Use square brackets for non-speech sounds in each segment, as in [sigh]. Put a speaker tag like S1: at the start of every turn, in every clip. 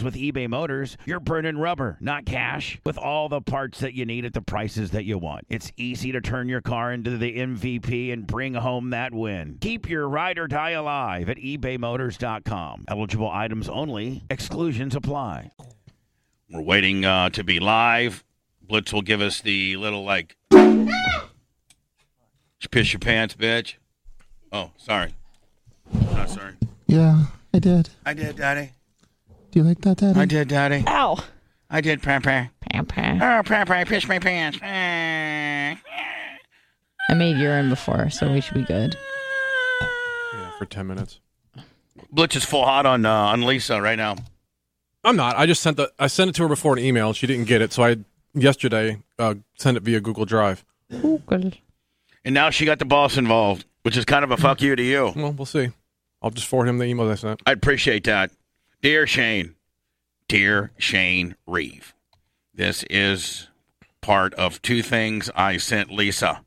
S1: with eBay Motors, you're burning rubber, not cash. With all the parts that you need at the prices that you want, it's easy to turn your car into the MVP and bring home that win. Keep your ride or die alive at ebaymotors.com. Eligible items only, exclusions apply.
S2: We're waiting uh, to be live. Blitz will give us the little like, piss your pants, bitch. Oh, sorry. Not sorry.
S3: Yeah, I did.
S2: I did, Daddy.
S3: Do you like that, Daddy?
S2: I did, Daddy.
S4: Ow.
S2: I did, Pamper.
S4: Pamper.
S2: Oh, Pamper, I pissed my pants. [laughs] Ah.
S4: I made urine before, so we should be good.
S5: Yeah, for 10 minutes.
S2: Blitz is full hot on uh, on Lisa right now.
S5: I'm not. I just sent the I sent it to her before an email. She didn't get it, so I yesterday uh, sent it via Google Drive.
S2: And now she got the boss involved, which is kind of a fuck you to you.
S5: Well, we'll see. I'll just forward him the email that I sent.
S2: I appreciate that. Dear Shane, dear Shane Reeve, this is part of two things I sent Lisa.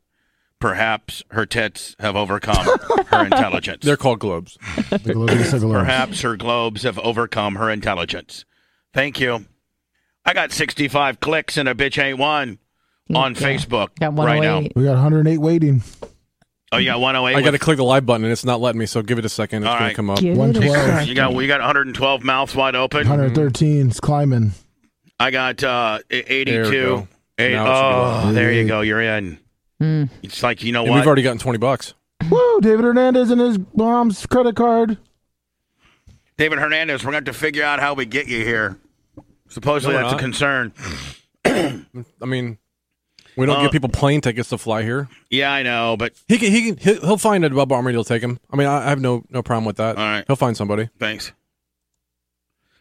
S2: Perhaps her tits have overcome her intelligence.
S5: They're called globes.
S3: The globes, the globes.
S2: Perhaps her globes have overcome her intelligence. Thank you. I got 65 clicks and a bitch ain't one on
S4: Yeah.
S2: Facebook
S4: Got
S2: right now.
S4: 108.
S3: We got 108 waiting.
S2: Oh, you got 108.
S5: I got to click the live button, and it's not letting me. So give it a second. It's
S2: All
S5: gonna
S2: right.
S5: come up.
S4: Give it a
S3: 112.
S4: second.
S2: you got we got 112 mouths wide open.
S3: 113 is climbing.
S2: I got uh,
S5: There we
S2: 82.
S5: go.
S2: Eight,
S5: Now
S2: oh, there you
S3: Eighty-eight.
S2: go. You're in.
S4: Mm.
S2: It's like you know
S5: And
S2: what?
S5: we've already gotten 20 bucks.
S3: Woo! David Hernandez and his mom's credit card.
S2: David Hernandez, we're going to have to figure out how we get you here. Supposedly
S5: No, we're
S2: that's a
S5: not.
S2: concern.
S5: I mean, we don't
S2: Uh,
S5: give people plane tickets to fly here.
S2: Yeah, I know, but
S5: He can, he can, he'll, he'll find a Bob Armory. He'll take him. I mean, I, I have no no problem with that.
S2: All right.
S5: He'll find somebody.
S2: thanks.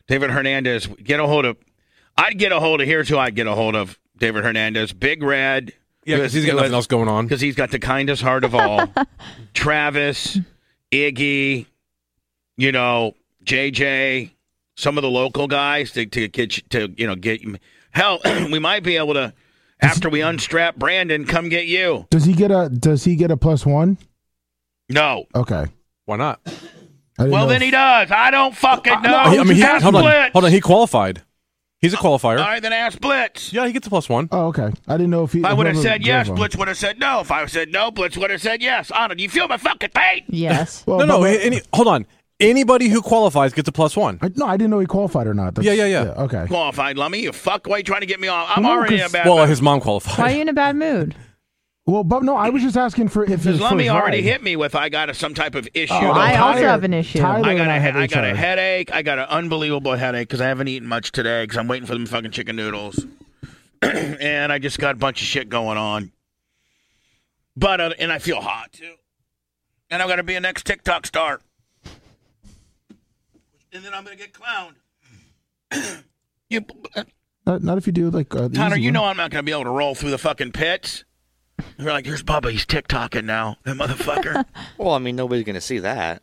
S2: David Hernandez, get a hold of. I'd get a hold of. Here's who I'd get a hold of David Hernandez. Big Red.
S5: Yeah, because he's got nothing else going on.
S2: Because he's got the kindest heart of all. Travis, Iggy, you know, JJ, some of the local guys to, to get you, to you know get you. Hell, [clears throat] we might be able to after we unstrap Brandon, come get you.
S3: Does he get a Does he get a plus one?
S2: No.
S3: Okay.
S5: Why not?
S3: I didn't
S2: Well,
S3: know
S2: then
S3: if-
S2: he does. I don't fucking know.
S5: I mean, he,
S2: ask
S5: hold on,
S2: Blitz.
S5: hold on. He qualified. He's a qualifier.
S2: All right, then ask Blitz.
S5: Yeah, he gets a plus one.
S3: Oh, okay. I didn't know if he.
S2: If I would have
S3: whoever
S2: said yes,
S3: drove him.
S2: Blitz would have said no. If I said no, Blitz would have said yes. Anna, do you feel my fucking pain?
S3: [laughs]
S4: Yes.
S3: Well,
S5: no, no.
S3: but-
S5: Any, hold on. Anybody who qualifies gets a plus one.
S3: I, no, I didn't know he qualified or not. That's-
S5: Yeah, yeah, yeah.
S3: okay.
S2: Qualified, Lummy. You fuck. Why you trying to get me off? I'm
S3: No,
S2: already in a
S3: 'cause-
S2: bad
S5: Well, his mom
S4: Why are
S5: qualified. [laughs]
S4: you in a bad mood?
S3: Well, but no, I was just asking for if his
S2: Because Lummy
S3: first
S2: already
S3: ride.
S2: hit me with I got a, some type of issue.
S3: Oh,
S2: No,
S4: I
S2: Tyler-
S4: also have an issue.
S3: Tyler
S2: I got
S3: and
S2: a,
S3: have
S2: he- I got a
S3: HR.
S2: headache. I got an unbelievable headache because I haven't eaten much today because I'm waiting for them fucking chicken noodles, [clears throat] and I just got a bunch of shit going on. But uh, and I feel hot too, and I'm gonna be a next TikTok star, and then I'm gonna get clowned. [clears throat] you,
S3: Not, not if you do like uh, the
S2: Tyler,
S3: easy
S2: you
S3: one.
S2: know I'm not gonna be able to roll through the fucking pits. You're like, here's Bubba. He's TikToking now, that motherfucker.
S6: Well, I mean, nobody's going to see that.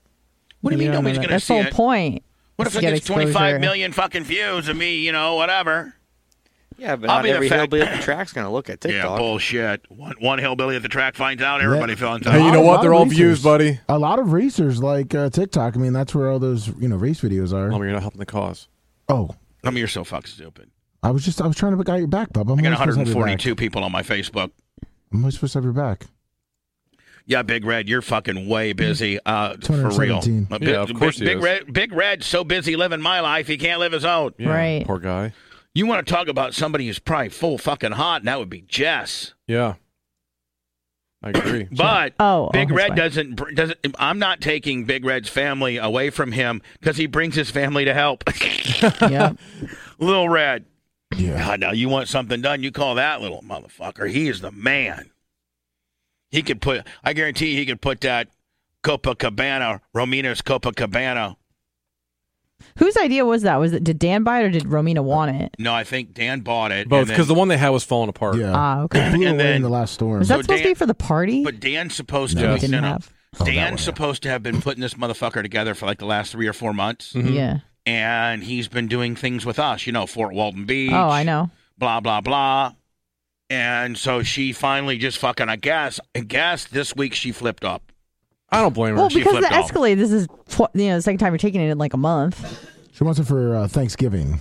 S2: What do you mean
S4: Yeah,
S2: nobody's
S4: no,
S2: gonna
S4: That's
S2: see
S4: the whole
S2: it?
S4: point.
S2: What
S4: is
S2: if it
S4: get
S2: gets 25
S4: exposure.
S2: million fucking views of me, you know, whatever?
S6: Yeah, but
S2: I'll
S6: not
S2: be the
S6: every
S2: fact-
S6: hillbilly at the track's going to look at
S2: Yeah,
S6: TikTok.
S2: bullshit. One, one hillbilly at the track finds out, everybody finds
S3: A
S5: Hey, you
S2: out.
S3: lot-
S5: know
S3: a
S5: what?
S3: lot
S5: They're
S3: of
S5: all
S3: racers.
S5: views, buddy.
S3: A lot of racers like uh, TikTok. I mean, that's where all those you know race videos are.
S5: Lummy, you're not helping the cause.
S3: Oh,
S2: I mean, you're so fucking stupid.
S3: I was just I was trying to get your back, Bub. I'm
S2: I got
S3: always supposed to have your back.
S2: 142 people on my Facebook.
S3: I'm always supposed to have your back.
S2: Yeah, Big Red, you're fucking way busy. Uh, for real.
S3: 217.
S2: Uh, Big-
S5: Yeah, of
S2: Big,
S5: course he
S2: Big
S5: is.
S2: Red, Big Red's so busy living my life, he can't live his own.
S5: Yeah,
S4: Right.
S5: Poor guy.
S2: You want to talk about somebody who's probably full fucking hot, and that would be Jess.
S5: Yeah. I agree.
S2: [coughs] But
S4: Oh, oh,
S2: Big
S4: his
S2: Red
S4: wife.
S2: doesn't br- doesn't. I'm not taking Big Red's family away from him because he brings his family to help. [laughs]
S4: [laughs] Yep.
S2: Little Red.
S3: Yeah.
S2: God, now you want something done, you call that little motherfucker. He is the man. He could put, I guarantee he could put that Copacabana, Romina's Copacabana,
S4: Whose idea was that? Was it did Dan buy it or did Romina want it?
S2: No, I think Dan bought it.
S5: Both
S2: and then-
S5: because the one they had was falling apart.
S3: Yeah. [clears throat]
S4: Ah, okay.
S3: Blew
S2: uh, And
S3: away
S2: then-
S3: in the last storm.
S4: Was
S2: So
S4: that supposed to
S2: Dan-
S4: be for the party?
S2: But Dan's supposed
S4: No,
S2: to.
S4: we didn't
S2: no, no.
S4: have.
S3: Oh, that one,
S2: Dan's
S3: yeah.
S2: supposed to have been putting this motherfucker together for like the last three or four months,
S5: Mhm.
S4: Yeah.
S2: and he's been doing things with us. You know, Fort Walton Beach.
S4: Oh, I know.
S2: Blah blah blah. And so she finally just fucking, I guess, I guess this week she flipped up.
S5: I don't blame her.
S4: Well,
S2: she
S4: because the
S2: flipped off.
S4: Escalade, this is tw- you know the second time you're taking it in like a month.
S3: She wants it for uh, Thanksgiving.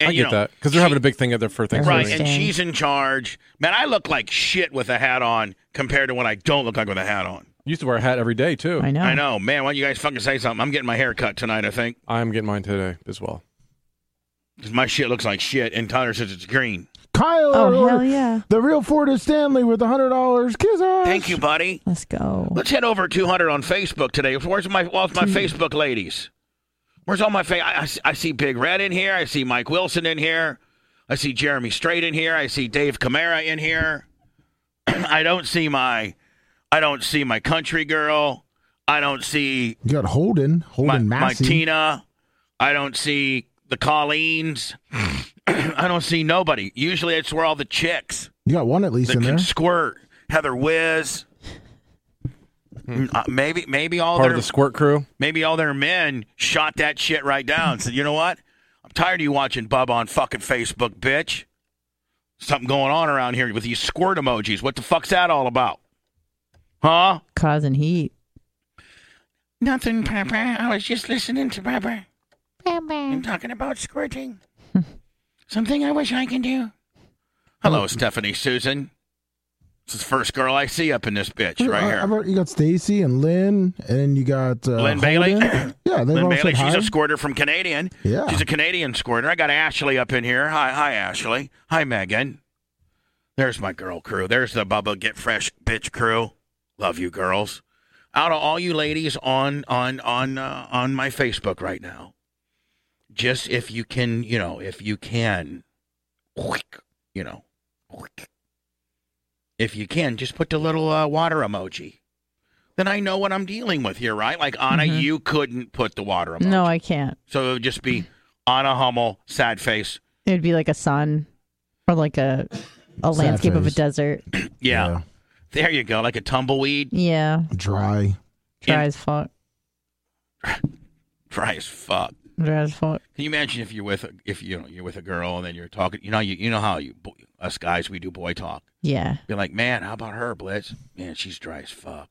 S2: And,
S5: I
S2: you
S5: get
S2: know,
S5: that because they're
S2: she-
S5: having a big thing at their for Thanksgiving.
S2: Right,
S4: Right.
S2: and she's in charge. Man, I look like shit with a hat on compared to what I don't look like with a hat on.
S5: Used to wear a hat every day too.
S4: I know.
S2: I know, man. Why don't you guys fucking say something? I'm getting my hair cut tonight. I think
S5: I'm getting mine today as well.
S2: 'Cause my shit looks like shit, and Tyler says it's green.
S3: Kyle,
S4: Oh
S3: or
S4: hell yeah!
S3: the real Ford is Stanley with hundred dollars. Kiss us.
S2: Thank you, buddy.
S4: Let's go.
S2: Let's head over 200 on Facebook today. Where's my where's my Facebook ladies? Where's all my fa- I, I see- I see Big Red in here. I see Mike Wilson in here. I see Jeremy Straight in here. I see Dave Camara in here. [clears throat] I don't see my I don't see my country girl. I don't see
S3: You got Holden,
S2: my,
S3: Holden
S2: my
S3: Massey.
S2: Tina. I don't see the Colleens. [clears throat] I don't see nobody. Usually it's where all the chicks
S3: You got one at least
S2: that
S3: in
S2: can
S3: there.
S2: squirt. Heather Wiz. Mm, uh, maybe maybe all
S5: Hmm. Part
S2: their
S5: of the squirt crew.
S2: maybe all their men shot that shit right down. and Said, you know what? I'm tired of you watching Bub on fucking Facebook, bitch. Something going on around here with these squirt emojis. What the fuck's that all about? Huh?
S4: Causing heat.
S2: Nothing, Papa. I was just listening to Papa. I'm talking about squirting. Something I wish I can do. Hello, Stephanie Susan. This is the first girl I see up in this bitch right
S3: Uh,
S2: here.
S3: how about- you got Stacy and Lynn, and you got uh,
S2: Lynn Bailey?
S3: Holden. Yeah, they
S2: Lynn
S3: all
S2: Bailey,
S3: said
S2: she's
S3: hi.
S2: a squirter from Canadian.
S3: Yeah.
S2: She's a Canadian squirter. I got Ashley up in here. Hi, hi, Ashley. Hi, Megan. There's my girl crew. There's the Bubba Get Fresh bitch crew. Love you girls. Out of all you ladies on on on uh, on my Facebook right now, just if you can, you know, if you can, quick, you know, quick. if you can, just put the little uh, water emoji. Then I know what I'm dealing with here, right? Like Anna,
S4: Mhm.
S2: you couldn't put the water emoji.
S4: No, I can't.
S2: So it would just be Anna Hummel, sad face.
S4: It would be like a sun or like a a
S3: Sad
S4: landscape of a
S3: face.
S4: desert.
S2: Yeah. There you go. Like a tumbleweed.
S4: Yeah,
S3: dry.
S4: dry
S2: In-
S4: as fuck.
S2: Dry as fuck.
S4: Dry as fuck.
S2: Can you imagine if you're with a, if you know, you're with a girl and then you're talking you know you you know how you bo- us guys we do boy talk.
S4: Yeah.
S2: Be like, man, how about her, Blitz? Man, she's dry as fuck.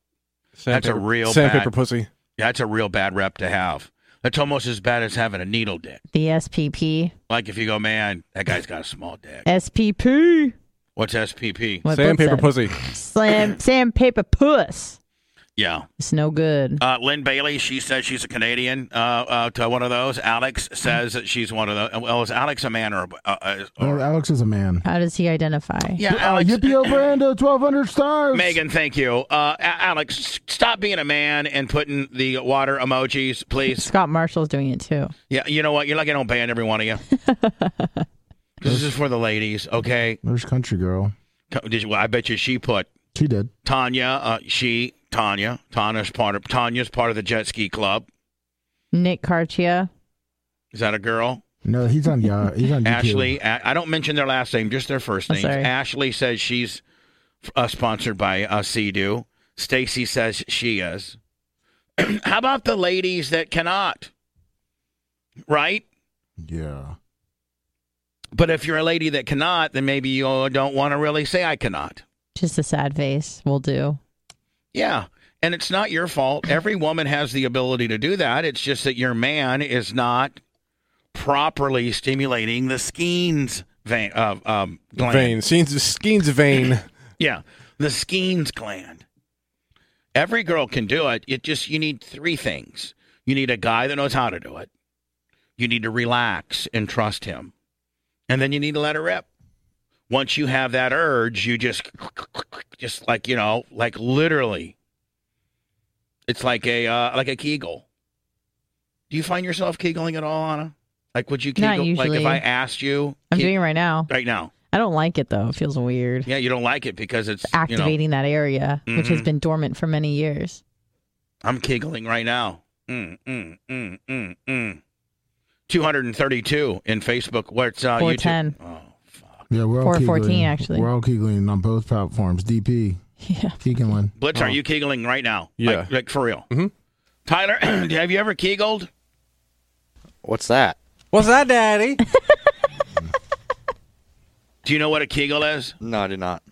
S5: Sandpaper,
S2: real
S5: sandpaper
S2: bad-
S5: pussy.
S2: That's a real bad rep to have. That's almost as bad as having a needle dick.
S4: The SPP.
S2: Like if you go, man, that guy's got a small dick.
S4: SPP.
S2: What's SPP?
S4: What Brooke
S5: Sandpaper
S4: said.
S5: pussy.
S4: Slam sandpaper puss.
S2: Yeah.
S4: It's no good.
S2: Uh, Lynn Bailey, she says she's a Canadian. Uh, uh, to one of those, Alex says that she's one of those. Well, is Alex a man or? a- Uh, uh,
S3: Oh,
S2: or
S3: Alex is a man.
S4: How does he identify?
S2: yeah,
S3: Uh,
S2: Alex.
S3: Yippee Brando, twelve hundred stars.
S2: Megan, thank you. Uh, A- Alex, s- stop being a man and putting the water emojis, please.
S4: Scott Marshall's doing it too.
S2: Yeah, you know what? You're like I don't ban every one of you. 'Cause this is for the ladies, okay?
S3: There's country girl.
S2: Co- Did you, well, I bet you she put
S3: She did.
S2: Tanya. Uh, she Tanya. Tanya's part of Tanya's part of the jet ski club.
S4: Nick Cartia.
S2: Is that a girl?
S3: No, he's on. Yeah, he's on. YouTube.
S2: Ashley, A- I don't mention their last name, just their first
S4: I'm
S2: name.
S4: sorry.
S2: Ashley says she's uh, sponsored by uh, Sea-Doo. Stacy says she is. [clears throat] How about the ladies that cannot? Right?
S3: Yeah.
S2: But if you're a lady that cannot, then maybe you all don't want to really say I cannot.
S4: Just a sad face will do.
S2: Yeah. And it's not your fault. Every woman has the ability to do that. It's just that your man is not properly stimulating the skeins vein. Uh, um, gland.
S5: Vein. Skeens, skeens vein.
S2: Yeah, the Skene's gland. Every girl can do it. It just you need three things. You need a guy that knows how to do it. You need to relax and trust him, and then you need to let her rip. Once you have that urge, you just, just like you know, like literally, it's like a uh, like a kegel. Do you find yourself kegling at all, Anna? Like, would you
S4: Not
S2: kegel? Like, if
S4: usually.
S2: I asked you,
S4: I'm
S2: ke-
S4: doing it right now.
S2: right now.
S4: I don't like it though. It feels weird.
S2: Yeah, you don't like it because it's You know,
S4: Activating that area, which has
S2: Mhm.
S4: been dormant for many years. [laughs]
S2: I'm giggling right now. Mm, mm, mm, mm, mm. 232 in Facebook. What's uh, YouTube?
S4: 410.
S3: Yeah, we're all
S4: 414
S3: Keegling.
S4: actually.
S3: We're all Keegling on both platforms. DP
S4: Yeah.
S3: Keeglin.
S2: Blitz, are you kegling right now?
S5: Yeah.
S2: Like, like for real?
S5: Mhm.
S2: Tyler, [clears throat] have you ever kegled?
S6: What's that?
S5: What's that, Daddy?
S2: Do you know what a kegel is?
S6: No, I did not.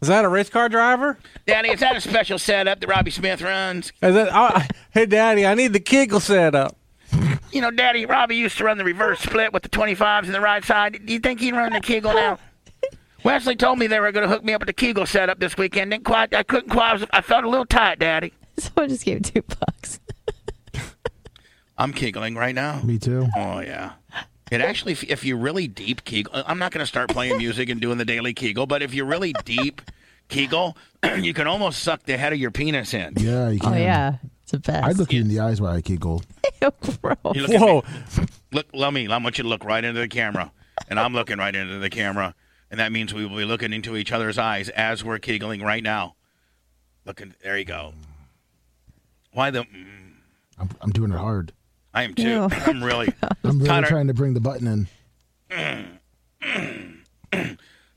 S5: Is that a race car driver?
S2: Daddy, is that a special setup that Robbie Smith runs?
S5: Is that? I, I- hey, Daddy, I need the Kegel setup.
S2: You know, Daddy, Robbie used to run the reverse split with the 25s in the right side. Do you think he'd run the Kegel now? Wesley told me they were going to hook me up with the Kegel setup this weekend. Didn't quite, I couldn't quite. I, was- I felt a little tight, Daddy.
S4: Someone just gave two bucks.
S2: I'm kegling right now.
S3: Me too.
S2: Oh yeah. It actually, if, if you really deep kegel, I'm not going to start playing music and doing the daily kegel, but if you really deep kegel, [clears throat] you can almost suck the head of your penis in.
S3: Yeah, you can.
S4: Oh yeah, it's the best. [laughs]
S3: I'd look you in the eyes while I Keegled.
S4: Gross.
S2: You look at me.
S5: Whoa!
S2: Look, let me. I want you to look right into the camera, and I'm looking right into the camera, and that means we will be looking into each other's eyes as we're kegling right now. Looking, there you go. Why the? mm,
S3: I'm, I'm doing it hard.
S2: I am too.
S4: Ew.
S2: I'm really.
S3: [laughs] I'm really
S2: Connor.
S3: trying to bring the button in.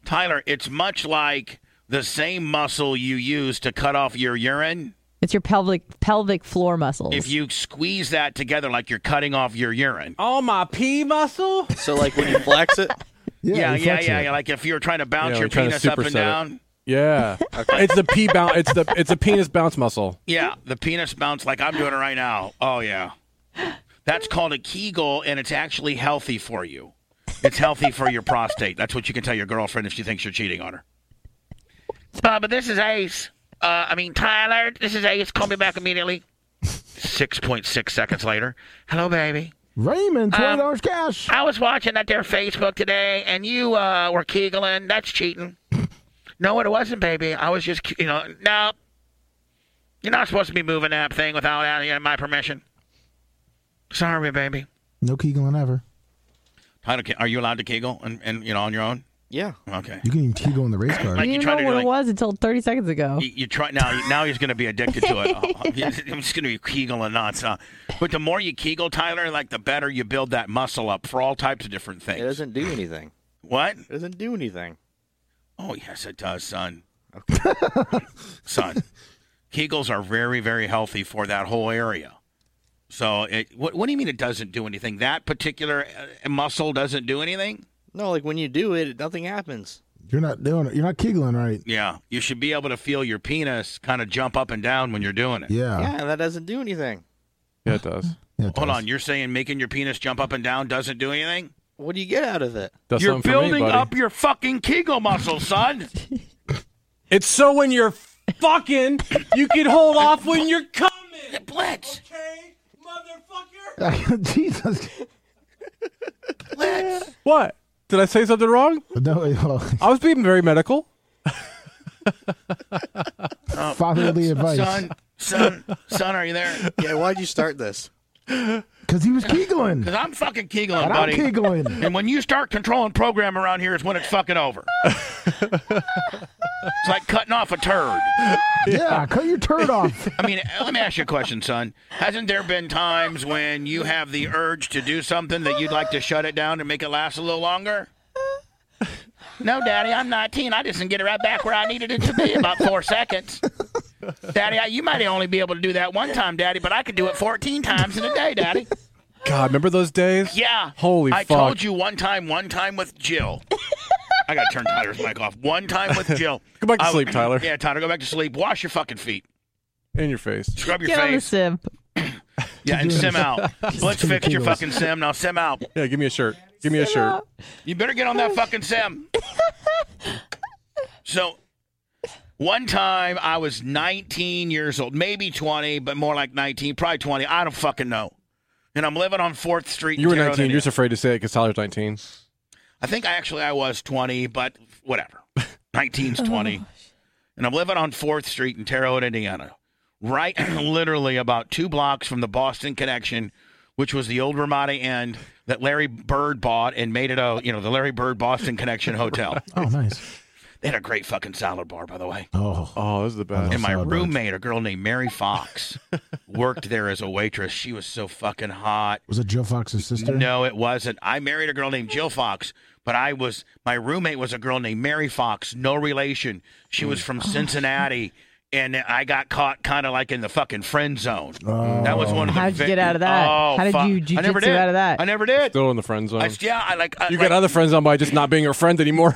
S2: Tyler, it's much like the same muscle you use to cut off your urine.
S4: It's your pelvic pelvic floor muscles.
S2: If you squeeze that together like you're cutting off your urine.
S5: All my pee muscle.
S6: So, like, when you flex it,
S2: Yeah,
S3: you
S2: yeah,
S3: flex
S2: yeah,
S3: it.
S2: yeah. Like if you're trying to bounce
S5: Yeah,
S2: your
S5: we're trying to
S2: penis up and
S5: superset it.
S2: down.
S5: Yeah, it's the pee bounce. It's the it's a penis bounce muscle.
S2: Yeah, the penis bounce like I'm doing it right now. Oh yeah. That's called a Kegel and it's actually healthy for you. It's healthy for your prostate. That's what you can tell your girlfriend if she thinks you're cheating on her. Bubba, this is Ace. Uh, I mean Tyler, this is Ace. Call me back immediately. 6.6 seconds later. Hello baby.
S3: Raymond, twenty
S2: Um,
S3: dollars cash.
S2: I was watching that there Facebook today, and you uh, were kegeling. That's cheating. no, it wasn't, baby. I was just, you know, no. You're not supposed to be moving that thing without uh, you know, my permission. Sorry, baby.
S3: No Keegling ever.
S2: Tyler, are you allowed to kegel and, and you know on your own?
S6: [laughs] yeah.
S2: Okay.
S3: You can even Keegle in the race car.
S4: I
S2: you
S4: didn't
S2: try
S4: know
S2: to do,
S4: what
S2: like-
S4: it was until 30 seconds ago.
S2: You, you try now. Now he's going to be addicted to it. Oh, he's- He's going to be kegeling nuts. Huh? But the more you kegel, Tyler, like the better you build that muscle up for all types of different
S6: It
S2: things.
S6: doesn't do anything.
S2: What?
S6: It doesn't do anything.
S2: Oh yes, it does, son. [laughs] son, Kegels are very, very healthy for that whole area. So, it, what, what do you mean it doesn't do anything? That particular uh, muscle doesn't do anything?
S6: No, like, when you do it, nothing happens.
S3: You're not doing it. You're not Keegling right.
S2: Yeah, you should be able to feel your penis kind of jump up and down when you're doing it.
S3: Yeah.
S6: Yeah, that doesn't do anything.
S5: Yeah, it does.
S3: Yeah, it
S2: Hold
S3: does.
S2: on, you're saying making your penis jump up and down doesn't do anything?
S6: What do you get out of it?
S5: That's
S2: you're
S5: something for me,
S2: building
S5: buddy.
S2: up your fucking Kegel muscle,
S5: [laughs]
S2: son.
S5: It's so when you're fucking, you can hold off when you're coming.
S2: Blitz,
S5: Okay,
S3: [laughs]
S5: motherfucker.
S3: Jesus.
S2: Blitz.
S5: What? Did I say something wrong?
S3: No, [laughs] well,
S5: I was being very medical.
S3: fatherly advice.
S2: Son, son, son, are you there?
S6: Yeah, why'd you start this?
S3: Because he was Keegling.
S2: [laughs] Because I'm fucking Kegeling,
S3: And I'm
S2: buddy. [laughs]
S3: Keegling.
S2: And when you start controlling program around here is when it's fucking over. it's like cutting off a turd.
S3: Yeah, cut your
S2: [laughs]
S3: turd off.
S2: I mean, let me ask you a question, son. Hasn't there been times when you have the urge to do something that you'd like to shut it down and make it last a little longer? No, Daddy, I'm 19. I just can get it right back where I needed it to be in about four seconds. Daddy, I, you might only be able to do that one time, Daddy, but I could do it 14 times in a day, Daddy.
S5: God, remember those days?
S2: Yeah.
S5: Holy
S2: I
S5: fuck.
S2: told you one time, one time with Jill. I got to turn Tyler's mic off. One time
S5: [laughs]
S2: with Jill.
S5: Go back to
S2: I-
S5: sleep, Tyler.
S2: Yeah, Tyler, go back to sleep. Wash your fucking feet.
S5: In your face.
S2: Scrub your
S4: Get on the
S2: face.
S4: sim.
S2: Yeah, and
S3: doing
S2: sim
S3: this.
S4: [laughs]
S2: out. Let's
S3: doing
S2: fix your
S3: Kegels.
S2: fucking sim. Now sim out.
S5: Yeah, give me a shirt. Give me a shirt.
S2: You better get on that fucking sim. So, one time I was 19 years old, maybe 20, but more like 19, probably 20. I don't fucking know. And I'm living on 4th Street. in
S5: You were
S2: Terre
S5: 19.
S2: Haute.
S5: You're just afraid to say it because Tyler's 19.
S2: I think I actually I was 20, but whatever. 19's 20. and I'm living on 4th Street in Terre Haute, Indiana. Right [clears throat] literally about 2 blocks from the Boston Connection, which was the old Ramada end that Larry Bird bought and made it a, you know, the Larry Bird Boston Connection Hotel.
S3: Oh, nice.
S2: They had a great fucking salad bar, by the way.
S3: Oh,
S5: Oh, this is the best.
S2: And my
S3: salad bars.
S2: roommate, a girl named Mary Fox, worked there as a waitress. She was so fucking hot.
S3: was it Joe Fox's sister?
S2: No, it wasn't. I married a girl named Jill Fox, but I was my roommate was a girl named Mary Fox, no relation. She was
S4: Mm.
S2: from Cincinnati, and I got caught kind of like in the fucking friend zone.
S3: Oh.
S2: That was one of the
S4: How'd you
S2: vi-
S4: get out of that?
S2: Oh,
S4: How did
S2: fuck.
S4: you
S2: I never
S4: jujitsu
S2: did.
S4: out of that?
S2: I never did.
S5: Still in the friend zone.
S2: I, yeah, I like. I,
S5: you
S2: like,
S5: got other friend zone by just not being your friend anymore.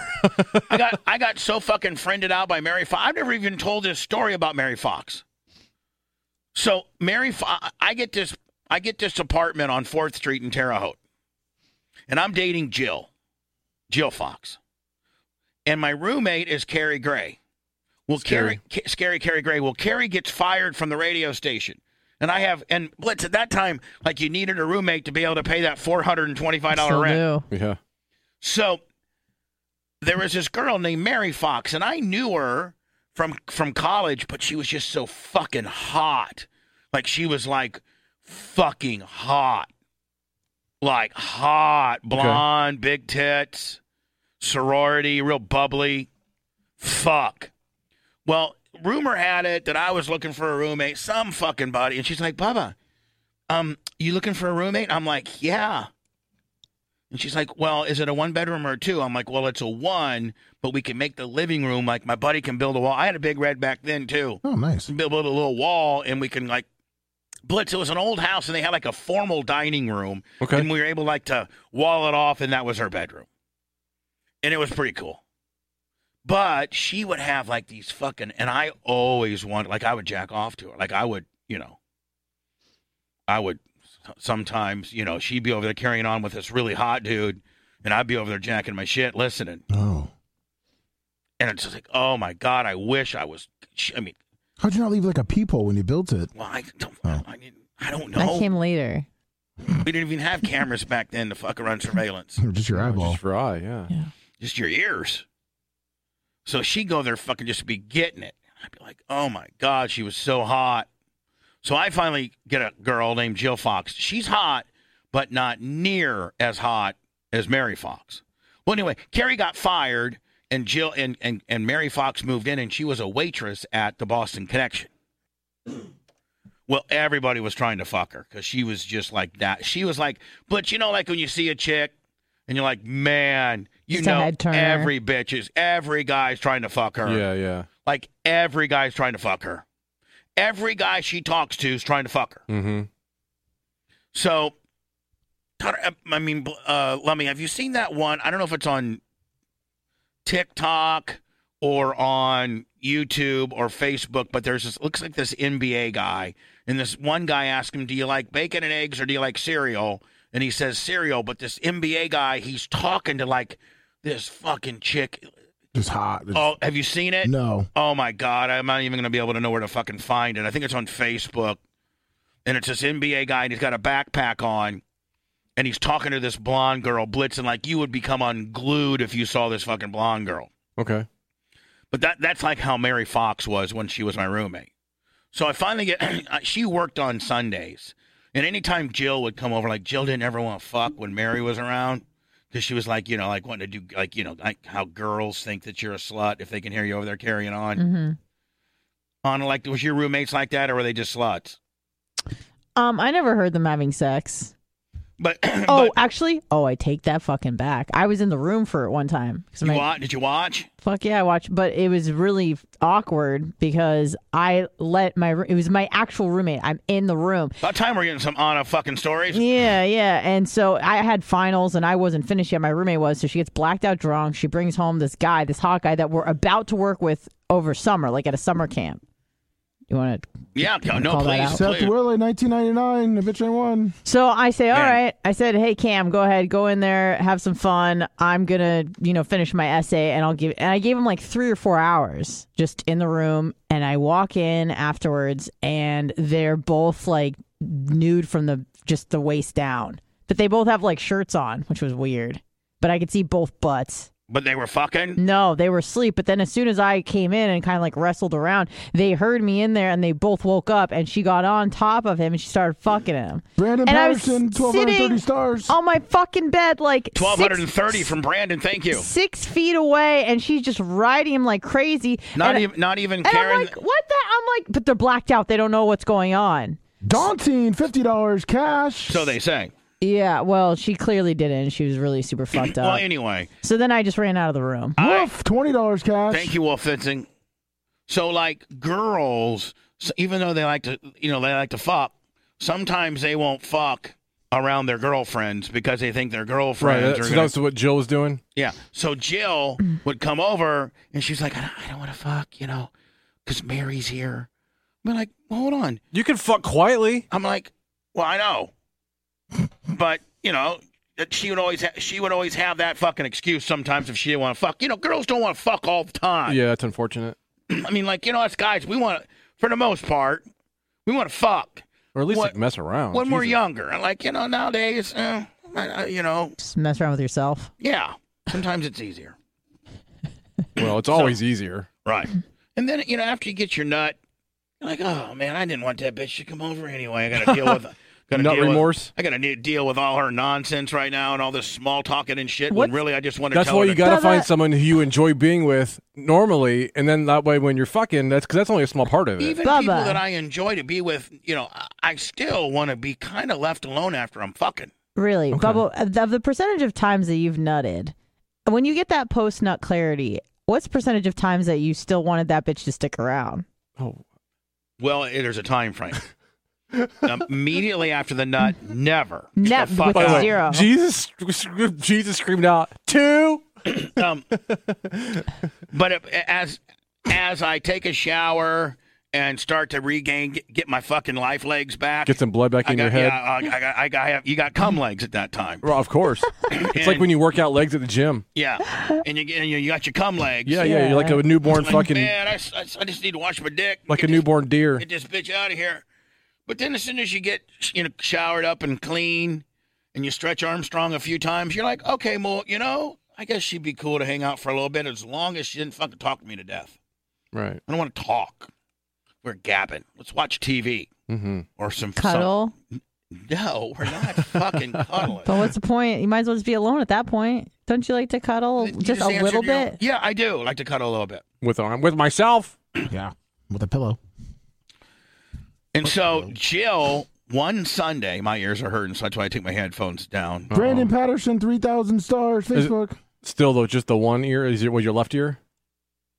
S2: I got I got so fucking friended out by Mary Fox. I've never even told this story about Mary Fox. So Mary, Fo- I- I get this I get this apartment on Fourth Street in Terre Haute, and I'm dating Jill, Jill Fox, and my roommate is Carrie Gray. Well,
S5: Scary.
S2: Carrie, Ca- scary Carrie Gray. Well, Carrie gets fired from the radio station. And I have, and Blitz, at that time, like you needed a roommate to be able to pay that $425
S4: Still
S2: rent.
S4: do.
S5: [laughs] yeah.
S2: So there was this girl named Mary Fox, and I knew her from from college, but she was just so fucking hot. Like she was like fucking hot. Like hot, blonde, big tits, sorority, real bubbly. Fuck. Well, rumor had it that I was looking for a roommate, some fucking buddy, and she's like, Bubba, um, you looking for a roommate? I'm like, yeah. And she's like, Well, is it a one bedroom or a two? I'm like, Well, it's a one, but we can make the living room like my buddy can build a wall. I had a big red back then too.
S3: Oh, nice.
S2: Build a little wall and we can like blitz. It was an old house and they had like a formal dining room.
S5: Okay.
S2: And we were able like to wall it off and that was her bedroom. And it was pretty cool. But she would have like these fucking and I always wanted like I would jack off to her. Like I would, you know. I would sometimes, you know, she'd be over there carrying on with this really hot dude, and I'd be over there jacking my shit, listening.
S3: Oh,
S2: And it's just like, oh my god, I wish I was. I mean,
S3: how'd you not leave like a peephole when you built it? [laughs]
S2: well, I don't,
S3: Oh.
S2: I, didn't- I don't
S4: That
S2: know.
S4: came later.
S2: we didn't even have cameras back then to fuck around surveillance.
S3: Just your eyeball.
S5: Just for eye, yeah.
S2: just your ears. So she'd go there fucking just be getting it. I'd be like, oh my God, she was so hot. So I finally get a girl named Jill Fox. She's hot, but not near as hot as Mary Fox. Well, anyway, Carrie got fired and Jill and, and, and Mary Fox moved in and she was a waitress at the Boston Connection. [clears throat] Well, everybody was trying to fuck her because she was just like that. She was like, but you know, like when you see a chick and you're like, man, you
S4: It's a
S2: know,
S4: head turner.
S2: every bitch is, every guy's trying to fuck her.
S5: Yeah, yeah.
S2: Like every guy's trying to fuck her. Every guy she talks to is trying to fuck her.
S5: Mm-hmm.
S2: So, Tyler, I mean, uh, Lummy, have you seen that one? I don't know if it's on TikTok or on YouTube or Facebook, but there's this looks like this NBA guy, and this one guy asked him, "Do you like bacon and eggs or do you like cereal?" And he says cereal, but this NBA guy, he's talking to like this fucking chick.
S3: Just hot. Just-
S2: Oh, have you seen it?
S3: no.
S2: Oh my God, I'm not even going to be able to know where to fucking find it. I think it's on Facebook. And it's this NBA guy, and he's got a backpack on, and he's talking to this blonde girl, blitzing like you would become unglued if you saw this fucking blonde girl.
S5: Okay.
S2: But that that's like how Mary Fox was when she was my roommate. So I finally get [clears throat] she worked on Sundays. And anytime Jill would come over, like Jill didn't ever want to fuck when Mary was around. Because she was like, you know, like wanting to do, like, you know, like how girls think that you're a slut if they can hear you over there carrying on.
S4: hmm
S2: on like was your roommates like that or were they just sluts
S4: Um, I never heard them having sex.
S2: but [clears throat]
S4: Oh,
S2: but
S4: actually, oh, I take that fucking back. I was in the room for it one time. 'Cause
S2: you
S4: my-
S2: wa- did you watch
S4: Fuck yeah, I watched, but it was really awkward because I let my it was my actual roommate. I'm in the room.
S2: about time we're getting some Anna fucking stories
S4: Yeah, yeah. And so I had finals and I wasn't finished yet. My roommate was. So she gets blacked out drunk. She brings home this guy, this hot guy that we're about to work with over summer, like at a summer camp. You want to?
S2: yeah no, no
S4: Call that
S2: please,
S4: out.
S3: Seth
S2: please.
S3: Willie, 1999. The bitch ain't one.
S4: So I say, all
S2: Man.
S4: right. I said, hey, Cam, go ahead, go in there, have some fun. I'm going to, you know, finish my essay and I'll give, and I gave him like three or four hours just in the room. And I walk in afterwards and they're both like nude from the, just the waist down. But they both have like shirts on, which was weird. But I could see both butts.
S2: But they were fucking.
S4: No, they were asleep. But then as soon as I came in and kind of like wrestled around, they heard me in there and they both woke up and she got on top of him and she started fucking him.
S3: Brandon
S4: And I was
S3: Patterson, twelve hundred
S4: sitting
S3: thirty stars.
S4: On my fucking bed, like six-
S2: 1230 from Brandon. Thank you.
S4: six feet away, and she's just riding him like crazy.
S2: Not
S4: and,
S2: even not even
S4: and
S2: Karen.
S4: I'm like, what the? I'm like, but they're blacked out. They don't know what's going on.
S3: Daunting, fifty dollars cash.
S2: so they say.
S4: Yeah, well, she clearly didn't. She was really super [sniffs] fucked up.
S2: Well, anyway,
S4: so then I just ran out of the room.
S3: Woof, twenty dollars cash.
S2: thank you, Wolf Fencing. So, like girls, s even though they like to, you know, they like to fuck. Sometimes they won't fuck around their girlfriends because they think their
S5: Right.
S2: girlfriends
S5: that-
S2: are
S5: so
S2: gonna-
S5: that's what Jill was doing.
S2: Yeah. So
S4: [clears throat]
S2: Jill would come over and she's like, I don't, I don't want to fuck, you know, because Mary's here. I'm like, well, hold on.
S5: You can fuck quietly.
S2: I'm like, well, I know, but you know, that she would always ha- she would always have that fucking excuse sometimes if she didn't want to fuck. You know, girls don't want to fuck all the time.
S5: Yeah, that's unfortunate.
S2: I mean, like you know, us guys, we want for the most part, we want to fuck
S5: Or at least
S2: What-
S5: like mess around.
S2: when we're
S5: Oh, Jesus.
S2: younger. And like you know, nowadays, eh, I- I- you know,
S4: Just mess around with yourself.
S2: yeah, sometimes it's easier.
S5: Well, it's always easier.
S2: Right. And then, you know, after you get your nut, you're like, oh man, I didn't want that bitch to come over anyway. I gotta deal
S5: [laughs]
S2: with gotta
S5: Nut
S2: deal with-
S5: remorse?
S2: I gotta ne- deal with all her nonsense right now and all this small talking and shit.
S4: What's-
S2: When really I just want to
S5: That's
S2: tell
S5: why
S2: her
S5: you
S2: to-
S5: got to
S4: But
S5: find
S4: that-
S5: someone who you enjoy being with normally, and then that way when you're fucking, that's because that's only a small part of it.
S2: even
S4: Bubba.
S2: people that I enjoy to be with, you know, I- I still want to be kind of left alone after I'm fucking.
S4: Really, Bubble, of the percentage of times that you've nutted, when you get that post nut clarity, what's the percentage of times that you still wanted that bitch to stick around?
S5: oh,
S2: Well, it- there's a time
S5: [laughs]
S2: frame. Immediately after the nut, never. Get the
S4: Never,
S2: fuck
S4: with
S5: by the
S2: out.
S5: way,
S4: Zero.
S5: Jesus, Jesus screamed out two.
S2: um, but if, as as I take a shower and start to regain get my fucking life legs back,
S5: Get some blood back
S2: I
S5: in your
S2: got,
S5: head.
S2: yeah, I, I got, I got, you got cum legs at that time.
S5: Well, of course. it's like when you work out legs at the gym.
S2: yeah, and you and you, you got your cum legs.
S5: Yeah, yeah, you're like a newborn
S2: Like,
S5: fucking,
S2: man, I, s- I s- I just need to wash my dick.
S5: like a
S2: Get this-
S5: newborn deer.
S2: Get this bitch out of here. But then as soon as you get you know showered up and clean, and you stretch Armstrong a few times, you're like, okay, well, you know, I guess she'd be cool to hang out for a little bit as long as she didn't fucking talk me to death.
S5: Right.
S2: I don't want to talk. We're gabbing. Let's watch TV
S5: Mm-hmm.
S2: or some some-
S4: Cuddle.
S2: no, we're
S4: [laughs]
S2: not fucking cuddling.
S4: But what's the point? You might as well just be alone at that point. Don't you like to cuddle
S2: You
S4: just, a
S2: answered
S4: little
S2: your own-
S4: bit?
S2: yeah, I do like to cuddle a little bit.
S5: With arm, with myself.
S3: Yeah, with a pillow.
S2: And so Jill, one Sunday, my ears are hurting, so that's why I took my headphones down.
S3: Brandon Patterson, three thousand stars.
S5: Is it-
S3: Facebook.
S5: Still though, just the one ear is it with your left ear?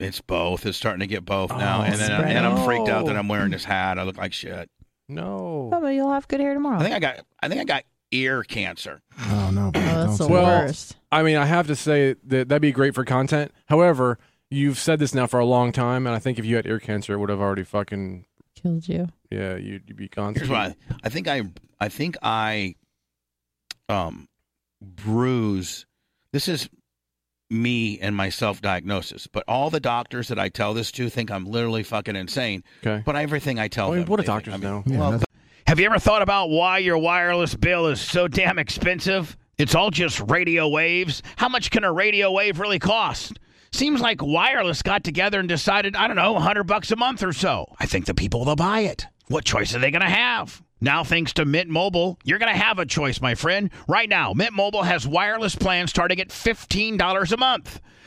S2: It's both. It's starting to get both now,
S5: Oh,
S2: and then
S4: spread
S2: and I'm
S5: out.
S2: freaked out that I'm wearing this hat. I look like shit.
S4: Oh,
S5: No.
S4: but you'll have good hair
S2: I
S4: tomorrow.
S2: think I got. I think I got ear cancer.
S3: Oh no,
S4: Oh,
S3: Brandon,
S4: that's
S3: don't
S4: the
S3: say
S5: Well-
S3: that.
S4: worst.
S5: I mean, I have to say that that'd be great for content. However, you've said this now for a long time, and I think if you had ear cancer, it would have already fucking
S4: Killed you.
S5: yeah, you'd, you'd be gone.
S2: Here's why. I, I think I. I think I. Um, bruise. This is me and my self-diagnosis, but all the doctors that I tell this to think I'm literally fucking insane.
S5: Okay.
S2: But everything I tell
S5: I mean,
S2: them,
S5: what do
S2: they think
S5: doctors
S2: I'm-
S5: know?
S3: Yeah,
S2: well,
S3: that's-
S1: Have you ever thought about why your wireless bill is so damn expensive? It's all just radio waves. How much can a radio wave really cost? Seems like wireless got together and decided, I don't know, 100 bucks a month or so. I think the people will buy it. What choice are they going to have? Now, thanks to Mint Mobile, you're going to have a choice, my friend. Right now, Mint Mobile has wireless plans starting at $15 a month.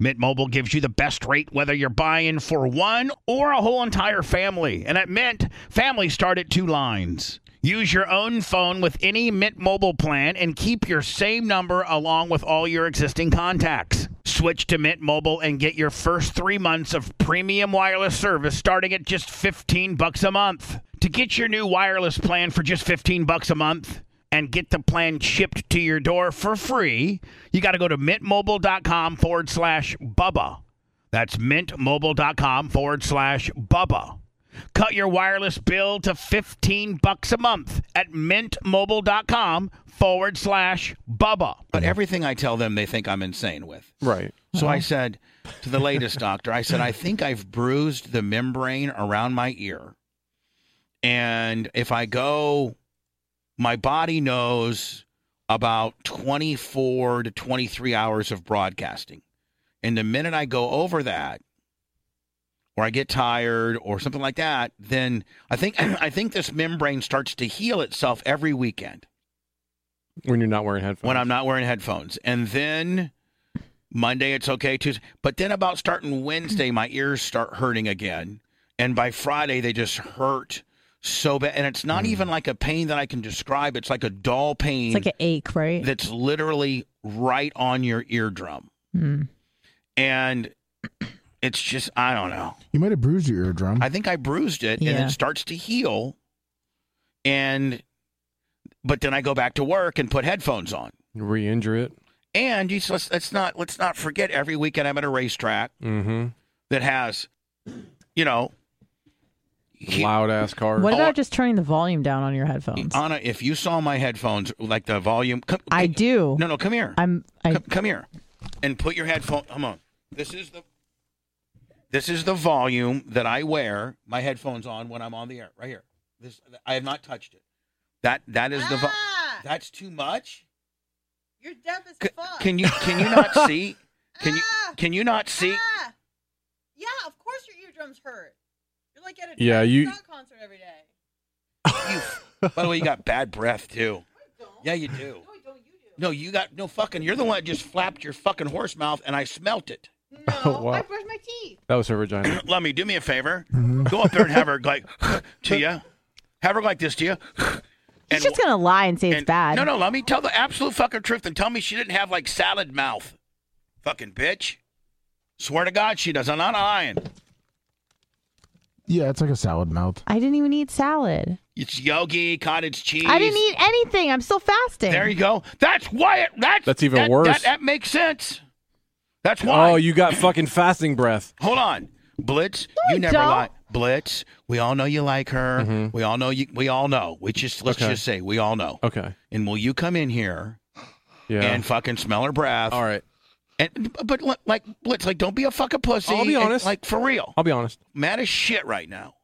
S1: Mint Mobile gives you the best rate whether you're buying for one or a whole entire family. And at Mint, families start at two lines. Use your own phone with any Mint Mobile plan and keep your same number along with all your existing contacts. Switch to Mint Mobile and get your first 3 months of premium wireless service starting at just 15 bucks a month. To get your new wireless plan for just 15 bucks a month, and get the plan shipped to your door for free, you got to go to mintmobile.com forward slash Bubba. That's mintmobile.com forward slash Bubba. Cut your wireless bill to 15 bucks a month at mintmobile.com forward slash Bubba.
S2: But everything I tell them, they think I'm insane with.
S5: Right.
S2: So I said to the latest doctor, I said, I think I've bruised the membrane around my ear. And if I go, my body knows about 24 to 23 hours of broadcasting. And the minute I go over that, or I get tired or something like that, then I think [clears throat] I think this membrane starts to heal itself every weekend
S5: When you're not wearing headphones.
S2: when I'm not wearing headphones. And then Monday it's okay, Tuesday. But then about starting Wednesday, my ears start hurting again. And by Friday, they just hurt so bad. And it's not even like a pain that I can describe. It's like a dull pain
S4: Mm. It's like an ache, right?
S2: that's literally right on your eardrum.
S4: Mm.
S2: And it's just, I don't know.
S3: You might have bruised your eardrum.
S2: I think I bruised it and
S4: Yeah.
S2: it starts to heal. And, but then I go back to work and put headphones on.
S5: Re-injure it.
S2: And you, let's, let's not let's not forget every weekend I'm at a racetrack
S5: Mm-hmm.
S2: that has, you know, he-
S5: Loud ass cars.
S4: What
S2: Oh, Uh, I-
S4: about just turning the volume down on your headphones?
S2: Anna. If you saw my headphones, like the volume, come,
S4: I
S2: come-
S4: do.
S2: No, no, come here,
S4: I'm. I,
S2: come, come here, and put your headphone. Come on, this is the this is the volume that I wear my headphones on when I'm on the air. Right here, this I have not touched it. That that is the vo- that's too much.
S7: Ah! You're deaf as
S2: C-
S7: fuck.
S2: can you can
S7: [laughs]
S2: you not see? Can you can you not see?
S7: Ah! Yeah, of course your eardrums hurt. You're like at a
S5: Yeah,
S7: Travis
S5: you-
S7: Scott concert every day.
S2: You- by the way, you got bad breath too. Yeah, you do.
S7: No, don't you do?
S2: No, you got no fucking. You're the one that just flapped your fucking horse mouth, and I smelt it.
S7: No,
S5: [laughs] Oh, wow.
S7: I brush my teeth.
S5: that was her vagina.
S2: Let me do me a favor.
S4: Mm-hmm.
S2: Go up there and have her
S4: [laughs]
S2: like to you. Have her like this to you.
S4: he's just gonna lie and say it's bad.
S2: No, no. Let me tell the absolute fucking truth and tell me she didn't have like salad mouth. Fucking bitch. Swear to God, she does. I'm not lying.
S3: yeah, it's like a salad mouth.
S4: I didn't even eat salad.
S2: It's yogi, cottage cheese.
S4: I didn't eat anything. I'm still fasting.
S2: There you go. That's why. It, that's
S5: That's even
S2: that-
S5: worse.
S2: That, that makes sense. That's [coughs] why.
S5: Oh, you got fucking fasting breath.
S2: Hold on. Blitz,
S4: No,
S2: you
S4: I
S2: never
S4: don't.
S2: lie. Blitz, we all know you like her.
S5: Mhm.
S2: We all know you we all know. We just let's
S5: Okay.
S2: just say we all know.
S5: Okay.
S2: And will you come in here
S5: Yeah.
S2: and fucking smell her breath?
S5: All right.
S2: And but li- like Blitz, like don't be a fucking pussy.
S5: I'll be
S2: and,
S5: honest.
S2: like for real.
S5: I'll be honest.
S2: Mad as shit right now.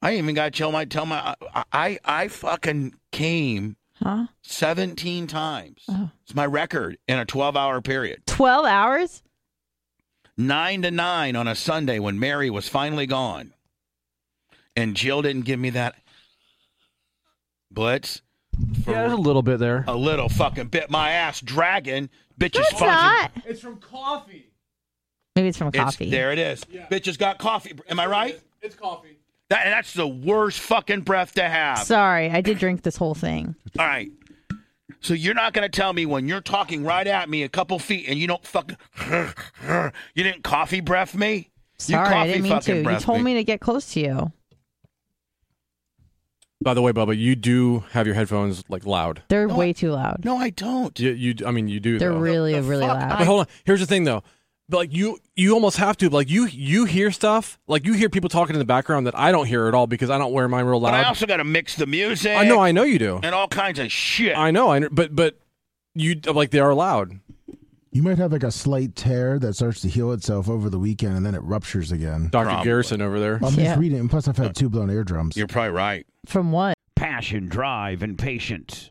S2: I ain't even gotta tell my tell my I I, I fucking came
S4: Huh?
S2: seventeen times.
S4: Oh.
S2: It's my record in a twelve hour period.
S4: Twelve hours?
S2: nine to nine on a Sunday when Mary was finally gone. And Jill didn't give me that blitz. For
S5: Yeah, there's a little bit there.
S2: a little fucking bit my ass dragon. Bitch is
S4: That's
S2: fucking.
S4: not.
S5: It's from coffee.
S4: Maybe it's from
S2: It's-
S4: coffee.
S2: there it is. Bitch has got coffee. Am I right?
S5: It's coffee.
S2: That, that's the worst fucking breath to have.
S4: Sorry, I did drink this whole thing.
S2: All right. So you're not going to tell me when you're talking right at me a couple feet and you don't fucking. [laughs] You didn't coffee breath me? You
S4: Sorry, I
S2: coffee
S4: didn't mean
S2: fucking
S4: to. You
S2: breath
S4: told
S2: me.
S4: me. to get close to you.
S5: By the way, Bubba, you do have your headphones like loud.
S4: They're
S2: No,
S4: way
S2: I-
S4: too loud.
S2: No, I don't.
S5: You, you I mean, you do.
S4: They're
S5: though.
S4: really,
S2: the
S4: really
S2: fuck?
S4: loud.
S5: But hold on. Here's the thing, though. But like you, you almost have to. Like you, you hear stuff. Like you hear people talking in the background that I don't hear at all because I don't wear mine real loud.
S2: But I also got to mix the music.
S5: I know, I know you do.
S2: and all kinds of shit.
S5: I know, I know. But but you like they are loud.
S3: You might have like a slight tear that starts to heal itself over the weekend and then it ruptures again.
S5: Doctor
S2: Probably.
S5: Garrison over there.
S3: I'm
S4: Yeah.
S3: just reading it. And plus, I've
S5: Uh,
S3: had two blown eardrums.
S2: You're probably right.
S4: From what?
S1: Passion, drive, and patience.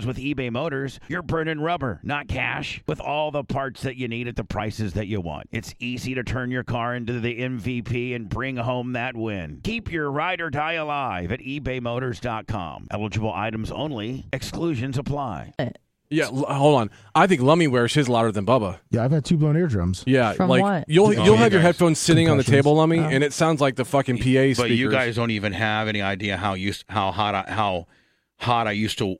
S1: with eBay Motors, you're burning rubber, not cash. With all the parts that you need at the prices that you want, it's easy to turn your car into the MVP and bring home that win. Keep your ride or die alive at ebaymotors.com. Eligible items only, exclusions apply.
S5: Yeah, l- hold on. I think Lummy wears his louder than Bubba.
S3: Yeah, I've had two blown eardrums.
S5: Yeah,
S4: From
S5: like
S4: what?
S5: you'll
S2: Oh,
S5: you'll
S2: you
S5: have your
S2: guys.
S5: headphones sitting on the
S3: Concussions.
S5: table, Lummy,
S4: Oh.
S5: and it sounds like the fucking PA speakers.
S2: But you guys don't even have any idea how used how hot I, how hot I used to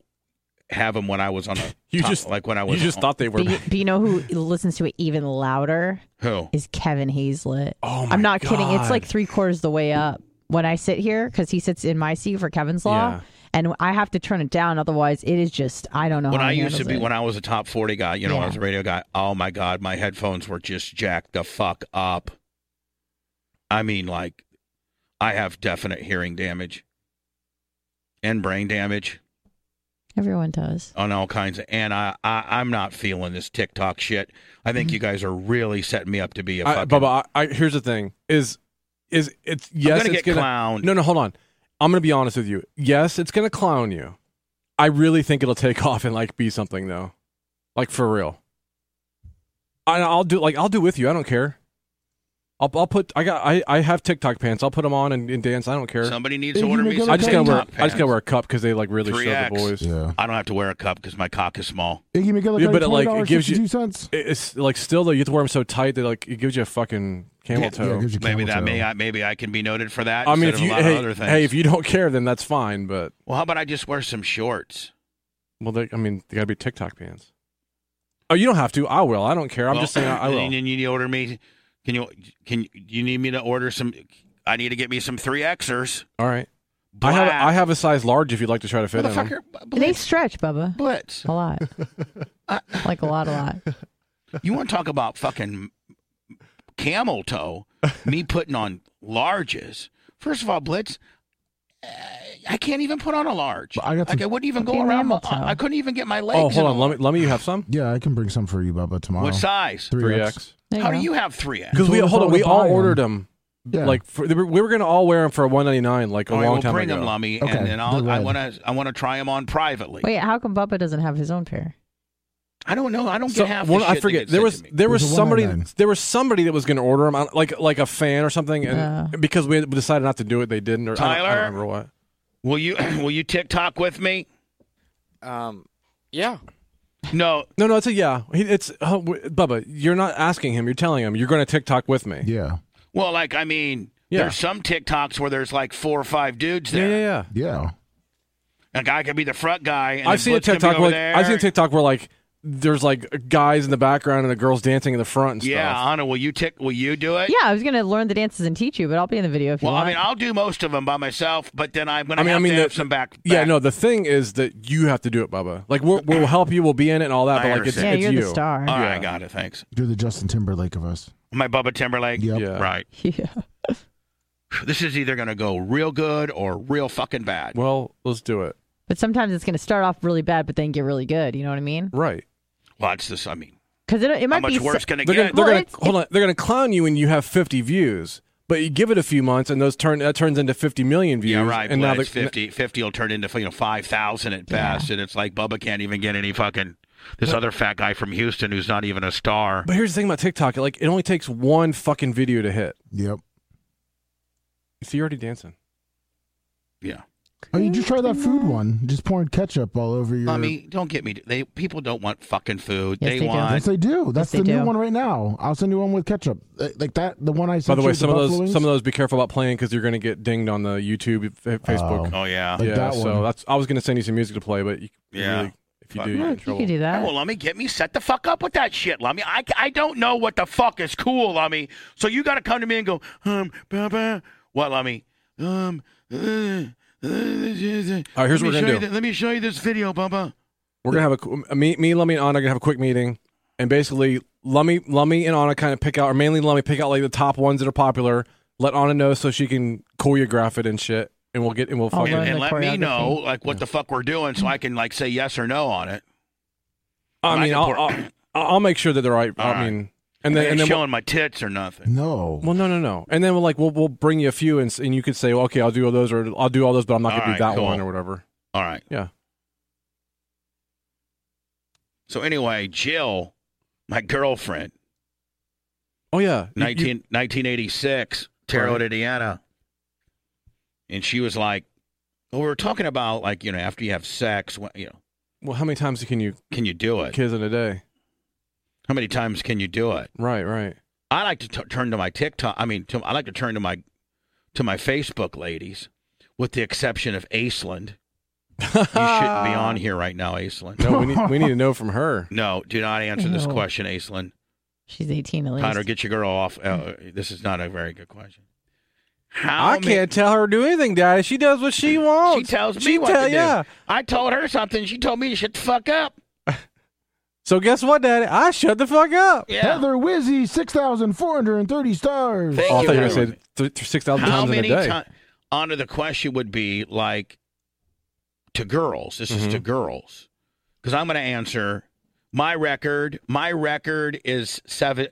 S2: have them when I was on the
S5: You
S2: top-
S5: just-
S2: like when I
S5: you
S2: was
S5: just
S2: on-
S5: thought they were.
S4: But you, but you know who listens to it even louder
S2: who
S4: is Kevin Hazlett.
S5: [laughs] Oh my
S4: I'm not kidding. It's
S5: God.
S4: like three quarters of the way up when I sit here because he sits in my seat for Kevin's law,
S5: Yeah.
S4: and I have to turn it down. Otherwise, it is just I don't know.
S2: when
S4: how
S2: I
S4: he
S2: used to be
S4: handles it.
S2: when I was a top forty guy you know I
S4: Yeah.
S2: was a radio guy oh my god my headphones were just jacked the fuck up I mean like I have definite hearing damage and brain damage
S4: Everyone does.
S2: on all kinds of and I, I I'm not feeling this TikTok shit I think you guys are really setting me up to be a
S5: Mm-hmm. I,
S2: fucking
S5: Bubba, I, I, here's the thing: is is it's yes,
S2: I'm gonna
S5: it's
S2: get
S5: gonna
S2: clowned
S5: No, no, hold on. I'm gonna be honest with you. Yes, it's gonna clown you. I really think it'll take [laughs] off and like be something though, like for real. I, I'll do like I'll do with you. I don't care. I'll I'll put I got I, I have TikTok pants. I'll put them on and, and dance. I don't care.
S2: somebody needs
S3: If
S2: to
S3: you
S2: order me
S3: make it
S2: some
S5: I just gotta wear
S2: TikTok
S5: I just gotta
S2: pants.
S5: wear a cup because they like really show
S2: 3X.
S5: the boys.
S3: Yeah.
S2: I don't have to wear a cup because my cock is small.
S3: Iggy McGillicuddy,
S5: Yeah, but
S3: but
S5: it, like, it gives you-
S3: cents.
S5: It- It's like still though you have to wear them so tight that like it gives you a fucking camel
S2: Yeah,
S5: toe.
S3: Yeah, it gives you
S2: Maybe
S3: camel
S2: that
S3: toe.
S2: may I, maybe I can be noted for that.
S5: I mean,
S2: instead
S5: if
S2: of
S5: you
S2: a lot
S5: hey,
S2: of other things.
S5: hey, if you don't care, then that's fine. But
S2: well, how about I just wear some shorts?
S5: well, they, I mean, they gotta be TikTok pants. Oh, you don't have to. I will. I don't care. I'm
S2: Well,
S5: just saying I, I will.
S2: And you need to order me. Can you? Can you need me to order some? I need to get me some three Xers.
S5: All right. I have I have a size large if you'd like to try to fit in 'em.
S2: motherfucker.
S4: They
S2: Blitz,
S4: stretch, Bubba,
S2: blitz. [laughs]
S4: a lot, like a lot, a lot.
S2: You want to talk about fucking camel toe? Me putting on larges. First of all, blitz. uh, I can't even put on a large.
S3: But I got
S2: like
S3: some-
S2: I wouldn't even go
S4: Fucking
S2: around. My,
S4: camel toe.
S2: I couldn't even get my legs.
S5: Oh,
S2: in
S5: hold
S2: a
S5: on. Let me, let me you have some?
S3: Yeah, I can bring some for you, Bubba, tomorrow.
S2: What size?
S5: 3X.
S4: There
S2: How
S4: you
S2: do
S4: go.
S2: you have three X?
S5: Cuz we
S3: Told us
S5: hold
S3: all
S5: on,
S3: to
S5: we all
S3: buy 'em.
S5: ordered them.
S3: Yeah.
S5: Like for, they were- we were going to all wear them for 199 like a long
S2: we'll
S5: time
S2: bring
S5: ago.
S2: them, Lummy,
S3: Okay,
S2: and then I'll,
S3: they're
S2: I
S3: red.
S2: want to I want to try them on privately.
S4: Wait, how come Bubba doesn't have his own pair?
S2: I don't know. I don't
S5: So,
S2: get half.
S5: one-
S2: the shit
S5: I
S2: that
S5: forget.
S2: gets
S5: There
S2: sent
S5: was
S2: to me.
S5: there was
S3: There's a
S5: somebody
S3: 199.
S5: there was somebody that was going to order them, like like a fan or something, and
S2: Uh.
S4: Yeah.
S5: because we had decided not to do it, they didn't. Or I, don't, I
S2: Tyler?
S5: don't remember what.
S2: Will you [clears throat] will you TikTok with me?
S6: [laughs] Um, yeah.
S2: No,
S5: No, no, it's a yeah. He- It's uh, w- Bubba. You're not asking him. You're telling him. You're going to TikTok with me.
S3: Yeah.
S2: well, like I mean,
S5: Yeah.
S2: there's some TikToks where there's like four or five dudes
S5: yeah,
S2: there.
S5: yeah. yeah.
S3: Yeah.
S2: Like I could be the front guy. And
S5: I've
S2: then
S5: seen a
S2: Blitz could be
S5: TikTok.
S2: over
S5: Where,
S2: there.
S5: like, I've seen a TikTok where like there's like guys in the background and the girls dancing in the front. And
S2: Yeah,
S5: stuff.
S2: Anna, will you tick? Will you do it?
S4: Yeah, I was gonna learn the dances and teach you, but I'll be in the video if you
S2: Well,
S4: want.
S2: I mean, I'll do most of them by myself, but then I'm gonna
S5: I mean,
S2: have
S5: I mean,
S2: to
S5: the-
S2: have some back.
S5: Yeah,
S2: back-
S5: no. The thing is that you have to do it, Bubba. Like we'll, we'll help you. We'll be in it and all that.
S2: I
S5: But like it's,
S4: yeah,
S2: understand.
S5: it's
S4: you're
S5: you.
S4: the star.
S2: All right, I
S5: Yeah.
S2: got it. Thanks.
S3: You're the Justin Timberlake of us.
S2: My Bubba Timberlake.
S3: Yep.
S5: Yeah.
S2: Right.
S4: [laughs] yeah.
S2: This is either gonna go real good or real fucking bad.
S5: Well, let's do it.
S4: But sometimes it's gonna start off really bad, but then get really good. You know what I mean?
S5: Right.
S2: Watch this. I mean,
S4: Because it, it
S2: how
S4: might be
S2: much
S4: s-
S2: worse can it
S5: They're gonna,
S2: get?
S5: they're
S4: Well,
S5: gonna
S4: it's-
S5: hold on. They're gonna clown you when you have 50 views, but you give it a few months and those turn that turns into 50 million views.
S2: Yeah, right.
S5: And
S2: but
S5: now the,
S2: it's 50, 50 will turn into you know five thousand at best, and it's like Bubba can't even get any fucking this other fat guy from Houston who's not even a star.
S5: But here's the thing about TikTok. Like it only takes one fucking video to hit.
S3: Yep.
S5: See, you're already dancing.
S2: Yeah,
S3: Oh, you just try that food one. Just pouring ketchup all over your.
S2: I mean, don't get me. They people don't want fucking food.
S4: Yes, they do.
S3: Yes,
S2: want.
S3: they do. That's
S4: they
S3: the new
S4: do.
S3: one right now. I'll send you one with ketchup, Uh, like that. The one I
S5: By
S3: sent.
S5: the
S3: you
S5: way,
S3: with
S5: some of those,
S3: buffalo wings?
S5: some of those, be careful about playing because you're gonna get dinged on the YouTube, fa- Facebook.
S2: Oh yeah.
S3: Like
S5: yeah.
S3: that
S5: So
S3: one.
S5: that's. I was gonna send you some music to play, but you, you
S2: Yeah.
S5: really, if you
S2: Fuck.
S5: do,
S4: Look,
S5: you're in
S4: you
S5: trouble.
S4: could do that.
S2: Well, let me get me set the fuck up with that shit, Lummy. I, I don't know what the fuck is cool, Lummy. So you got to come to me and go, um, Bubba. What, Lummy? Um, uh, uh,
S5: All right, here's
S2: let me
S5: what we're gonna
S2: show you
S5: do.
S2: th- let me show you this video, Bubba.
S5: We're gonna have a, qu- a me, me, Lummy, and Anna are gonna have a quick meeting, and basically, Lummy, Lummy, and Anna kind of pick out, or mainly Lummy, pick out like the top ones that are popular. Let Anna know so she can choreograph it and shit, and we'll get and we'll
S4: I'll
S5: fucking.
S4: learn
S2: and
S4: the
S2: let me
S4: choreography.
S2: know like what the fuck we're doing so I can like say yes or no on it.
S5: I
S2: I
S5: mean,
S2: can
S5: I'll,
S2: chore-
S5: I'll, I'll make sure that they're right.
S2: All
S5: I
S2: right.
S5: mean,
S2: And
S5: and then and then we'll,
S2: showing my tits or nothing.
S3: No.
S5: well, no, no, no, and then we'll like we'll we'll bring you a few, and s- and you could say, well, okay, I'll do all those, or I'll do all those, but I'm not gonna
S2: All
S5: do
S2: right,
S5: that
S2: cool.
S5: one or whatever.
S2: All right.
S5: Yeah.
S2: So anyway, Jill, my girlfriend,
S5: Oh yeah, You- you-
S2: 19, 1986, Tarot,
S5: Right.
S2: Indiana, and she was like, "Well, we were talking about like you know after you have sex, when, you know,
S5: Well, how many times can you
S2: Can you do it?
S5: kiss in a day?
S2: How many times can you do it?
S5: Right, right.
S2: I like to t- turn to my TikTok. I mean, to, I like to turn to my to my Facebook ladies, with the exception of Aislinn. You shouldn't be
S5: [laughs]
S2: on here right now, Aislinn.
S5: No, we need, we need to know
S2: [laughs]
S5: from her.
S2: No, do not answer this
S4: No.
S2: question, Aislinn.
S4: She's 18 at least.
S2: Connor, get your girl off. Uh, this is not a very good question. How
S5: I
S2: ma-
S5: can't tell her to do anything, Daddy. She does what she wants.
S2: She tells me
S5: She
S2: what
S5: tell-
S2: to do.
S5: yeah.
S2: I told her something. She told me to shut the fuck up.
S5: So guess what, Daddy? I shut the fuck up.
S2: Yeah.
S3: Heather Wizzy, 6,430 stars.
S2: Thank
S5: oh, I
S2: you,
S5: thought you were
S2: Heather.
S5: going to say th- th- 6,000
S2: How
S5: times in a
S2: many
S5: day.
S2: times? Honor, the question would be like to girls. This is to
S5: Mm-hmm.
S2: girls because I'm going to answer my record. My record is seven,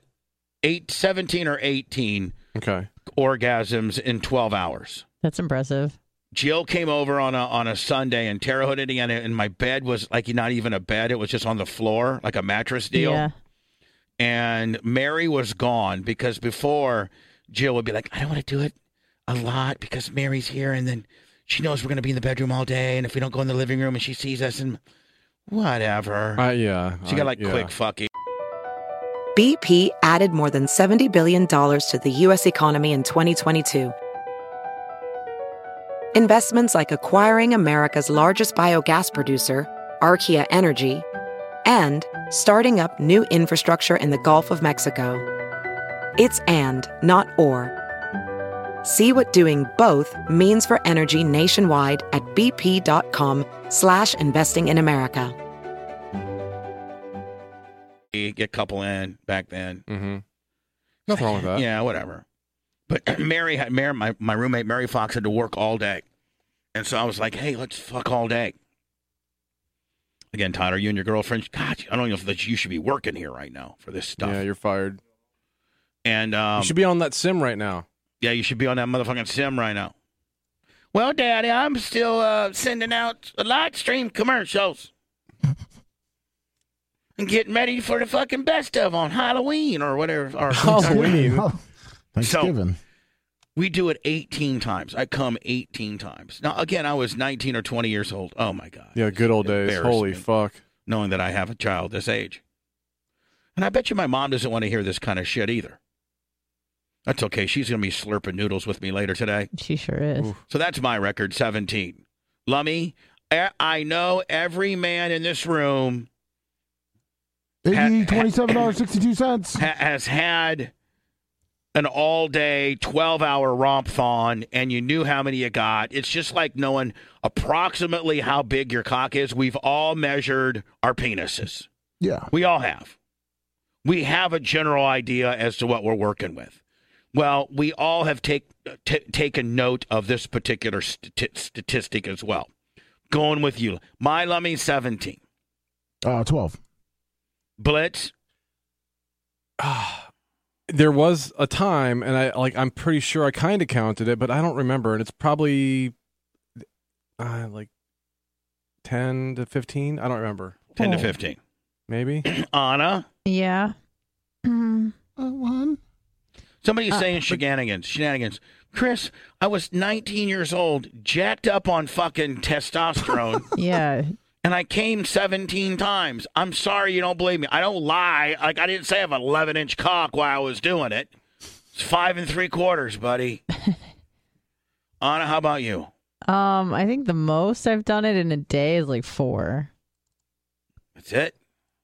S2: eight, 17 or 18
S5: okay.
S2: orgasms in 12 hours.
S4: That's impressive.
S2: Jill came over on a on a Sunday in Terre Haute, Indiana, and my bed was like not even a bed; it was just on the floor, like a mattress deal.
S4: Yeah.
S2: and Mary was gone because before Jill would be like, I don't want to do it a lot because Mary's here and then she knows we're going to be in the bedroom all day. And if we don't go in the living room and she sees us and whatever.
S5: Uh, yeah.
S2: she got
S5: I-
S2: like
S5: yeah.
S2: quick fucking.
S8: BP added more than $70 billion to the U.S. economy in 2022. Investments like acquiring America's largest biogas producer, Archaea Energy, and starting up new infrastructure in the Gulf of Mexico. It's and, not or. See what doing both means for energy nationwide at bp.com slash investing in America.
S2: Get a couple in back then.
S5: Mhm. Nothing wrong with that.
S2: Yeah, whatever. But [clears throat] Mary, had, Mary, my, my roommate Mary Fox had to work all day, and so I was like, "Hey, let's fuck all day." Again, Tyler, you and your girlfriend. God, I don't know if that you should be working here right now for this stuff.
S5: Yeah, you're fired.
S2: and um,
S5: you should be on that sim right now.
S2: Yeah, you should be on that motherfucking sim right now. Well, Daddy, I'm still uh, sending out live stream
S5: [laughs]
S2: commercials and getting ready for the fucking best of on Halloween or whatever.
S5: [laughs]
S2: Or [laughs]
S5: Halloween.
S3: Thanksgiving.
S2: we do it 18 times. I come 18 times. Now, again, I was 19 or 20 years old. Oh my god.
S5: Yeah, good old days. Holy
S2: Embarrassment.
S5: fuck.
S2: knowing that I have a child this age. And I bet you my mom doesn't want to hear this kind of shit either. That's okay. She's going to be slurping noodles with me later today.
S4: She sure is.
S5: Oof.
S2: So that's my record, 17. Lummy, e- I know every man in this room
S3: Iggy,
S2: Ha-
S3: $27.62.
S2: ha- has had an all day, 12 hour romp thon, and you knew how many you got. It's just like knowing approximately how big your cock is. We've all measured our penises.
S3: Yeah.
S2: We all have. We have a general idea as to what we're working with. Well, we all have take, t- taken note of this particular st- statistic as well. Going with you. My Lummy 17.
S3: Uh, 12.
S2: Blitz,
S5: Ah, [sighs] there was a time and i like i'm pretty sure i kind of counted it but i don't remember and it's probably uh, like 10 to 15 i don't remember
S2: 10 to
S4: Oh.
S2: 15.
S5: maybe [coughs]
S2: Anna,
S4: Yeah. Mm.
S3: Uh, one.
S2: somebody's
S4: Uh,
S2: saying shenanigans. Shenanigans. Chris, I was 19 years old, jacked up on fucking
S3: [laughs]
S2: testosterone,
S4: [laughs] Yeah.
S2: and I came 17 times. I'm sorry you don't believe me. I don't lie. Like, I didn't say I have an 11 inch cock while I was doing it. It's five and three quarters,
S3: [laughs]
S2: buddy. Anna, how about you?
S4: um, I think the most I've done it in a day is like four.
S2: That's it.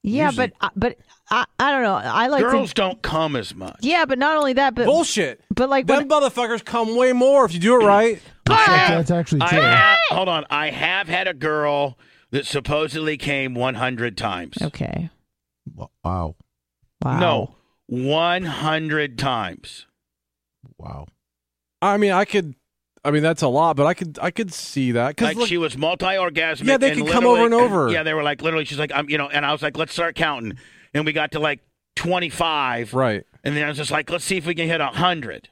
S4: Yeah,
S2: Usually-
S4: but but I, I don't know. I like
S2: Girls
S4: to.
S2: don't come as much.
S4: Yeah, but not only that, but
S5: bullshit
S4: but like
S5: them
S4: when,
S5: motherfuckers come way more if you do it right
S3: That's actually
S2: Ah. I
S3: true.
S2: have, hold on. I have had a girl that supposedly came 100 times.
S4: okay.
S3: Wow.
S4: Wow.
S2: No, 100 times.
S3: Wow.
S5: i mean i could i mean that's a lot but i could i could see that because
S2: Like she was multi-orgasmic.
S5: Yeah, they
S2: and
S5: can come over
S2: literally-
S5: and over.
S2: Yeah, they were like literally. She's like, I'm, you know, and I was like, let's start counting, and we got to like 25,
S5: right
S2: and then I was just like, let's see if we can hit 100.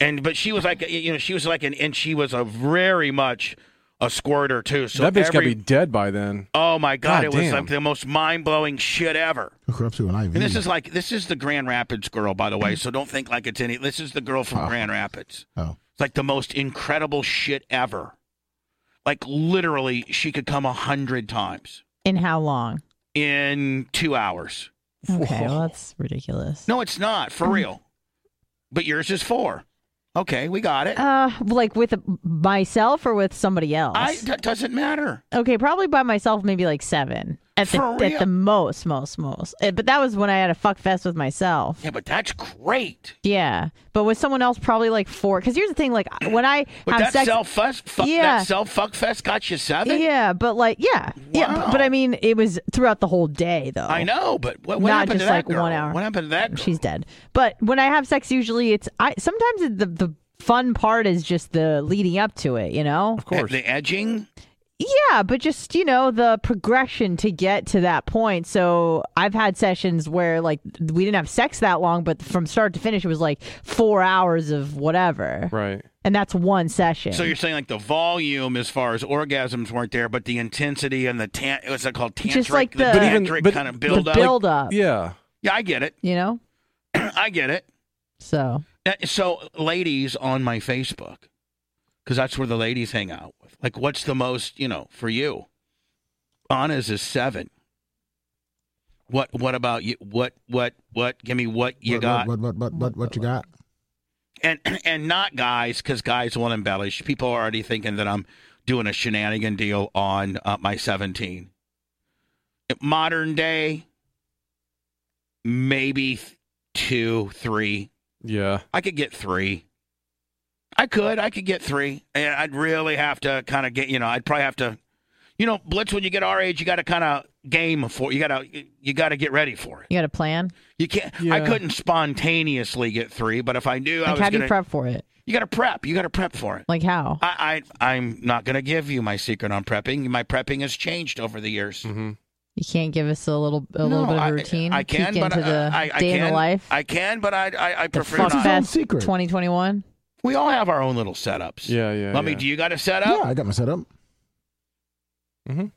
S2: And but she was like, you know, she was like, an, and she was a very much a squirter too. So
S5: that bitch
S2: every,
S5: gotta be dead by then
S2: Oh my god,
S5: God
S2: it was
S5: damn.
S2: like the most mind blowing shit ever.
S3: Hook her up to an IV.
S2: And this is like this is the Grand Rapids girl, by the way. So don't think like it's any. This is the girl from
S3: Oh.
S2: Grand Rapids.
S3: Oh.
S2: It's like the most incredible shit ever. Like literally, she could come a hundred times
S4: In how long?
S2: in two hours.
S4: Okay, well, that's ridiculous.
S2: No, it's not
S3: Mm.
S2: for real. But yours is four. Okay, we got it.
S4: Uh, like with myself or with somebody else?
S2: I that doesn't matter.
S4: okay, probably by myself, maybe like seven at the
S2: For
S4: at
S2: real?
S4: the most, most, most. Eh, But that was when I had a fuck fest with myself.
S2: Yeah, but that's great.
S4: Yeah, but with someone else, probably like four. Because here's the
S2: [clears throat]
S4: thing: like when I
S2: But
S4: have
S2: that
S4: sex,
S2: self fuss, fuck,
S4: Yeah.
S2: that self fuck fest got you seven.
S4: yeah, but like yeah, yeah. But,
S2: Wow.
S4: but I mean, it was throughout the whole day, though.
S2: I know, but what, what
S4: Not
S2: happened to
S4: just
S2: that
S4: like
S2: girl?
S4: one hour.
S2: What happened to that? Girl?
S4: She's dead. But when I have sex, usually it's I. Sometimes it- the the fun part is just the leading up to it. You know.
S5: Of course.
S2: the edging.
S4: Yeah, but just, you know, the progression to get to that point. So I've had sessions where, like, we didn't have sex that long, but from start to finish, it was like four hours of whatever.
S5: Right.
S4: And that's one session.
S2: So you're saying like the volume as far as orgasms weren't there, but the intensity and the tan- what's it called tantric,
S4: Just like the-
S5: But even-
S2: tantric
S5: but-
S2: kind of
S5: but
S2: build
S4: the
S2: up.
S4: build up,
S5: Yeah.
S2: yeah, I get it. [clears throat]
S4: you know?
S2: I get it.
S4: So,
S2: Uh, So ladies on my Facebook, because that's where the ladies hang out with. Like, what's the most you know for you? Anna's is seven. What What about you? What What What? Give me what you
S3: what,
S2: got,
S3: what, what, what, what, what you got?
S2: and [clears throat] and not guys, because guys will embellish. People are already thinking that I'm doing a shenanigan deal on uh, my seventeen. Modern day, maybe th- two, three.
S5: Yeah.
S2: I could get three. I could. I could get three. And I'd really have to kind of get, you know, I'd probably have to, you know, Blitz, when you get our age, you got to kind of game for You got to, you got to get ready for it.
S4: you got a plan?
S2: You can't, I
S5: Yeah.
S2: couldn't spontaneously get three, but if I knew I
S4: Like,
S2: was
S4: how do
S2: going
S4: you prep for it?
S2: you got to prep. You got to prep for it.
S4: Like, how?
S2: I, I, I'm not going to give you my secret on prepping. My prepping has changed over the years.
S5: Mm-hmm.
S4: You can't give us a little a little
S2: No,
S4: bit of
S2: I-
S4: a routine?
S2: I, can,
S4: Peek
S2: but
S4: into the
S2: I, I, I
S4: day
S2: can,
S4: in the life?
S2: I can, but I, I, I
S4: the
S2: prefer
S4: fuck
S2: not.
S4: fest
S3: secret.
S4: 2021?
S2: We all have our own little setups.
S5: Yeah. Yeah.
S2: Lummy,
S5: yeah.
S2: do you got a setup?
S3: Yeah, I got my setup.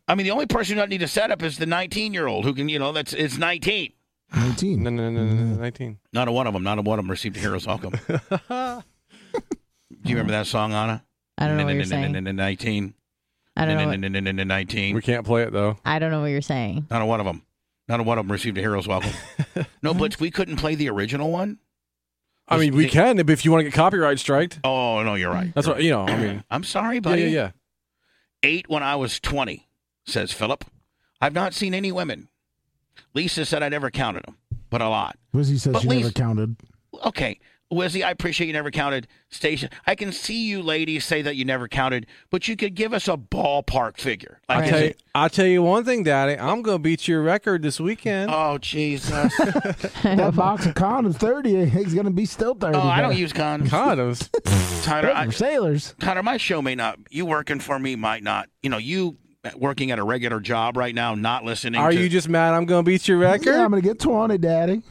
S2: I mean, the only person who doesn't need a setup is the 19 year old who can, you know, that's it's 19.
S3: 19.
S5: No, no, no, no,
S2: [laughs]
S5: no, 19.
S2: Not a one of them. Not a one of them received a hero's welcome. Do you remember that song, Anna?
S4: I don't know what you're saying.
S2: 19.
S4: I don't know. What,
S2: 19.
S5: We can't play it though.
S4: I don't know what you're saying.
S2: Not a one of them. Not a one of them received a hero's
S5: [laughs]
S2: welcome. No, Blitz, we couldn't play the original one.
S5: I mean, we can if- if you want to get copyright striked.
S2: Oh, no, you're right.
S5: That's what you know. I
S2: [clears throat]
S5: mean,
S2: I'm sorry,
S5: yeah,
S2: buddy.
S5: yeah, yeah.
S2: Eight when I was 20, says Philip. I've not seen any women. Lisa said I never counted them, but a lot.
S3: Wizzy says
S2: But
S3: she never
S2: least-
S3: counted.
S2: Okay, Wizzy, I appreciate you never counted. Station, I can see you ladies say that you never counted, but you could give us a ballpark figure.
S5: I
S2: is
S5: tell you,
S2: it-
S5: I tell you one thing, Daddy. I'm gonna beat your record this [laughs] weekend.
S2: Oh Jesus!
S3: That box of condoms, 30, he's going to be still 30.
S2: oh, I don't
S3: though.
S2: use condoms.
S5: Condoms.
S2: Tyler, I,
S3: For sailors.
S2: Connor, my show may not. You working for me might not. You know, you working at a regular job right now, not listening.
S5: Are
S2: to,
S5: you just mad? I'm gonna beat your
S3: Yeah, I'm
S5: record.
S3: going to get 20, Daddy.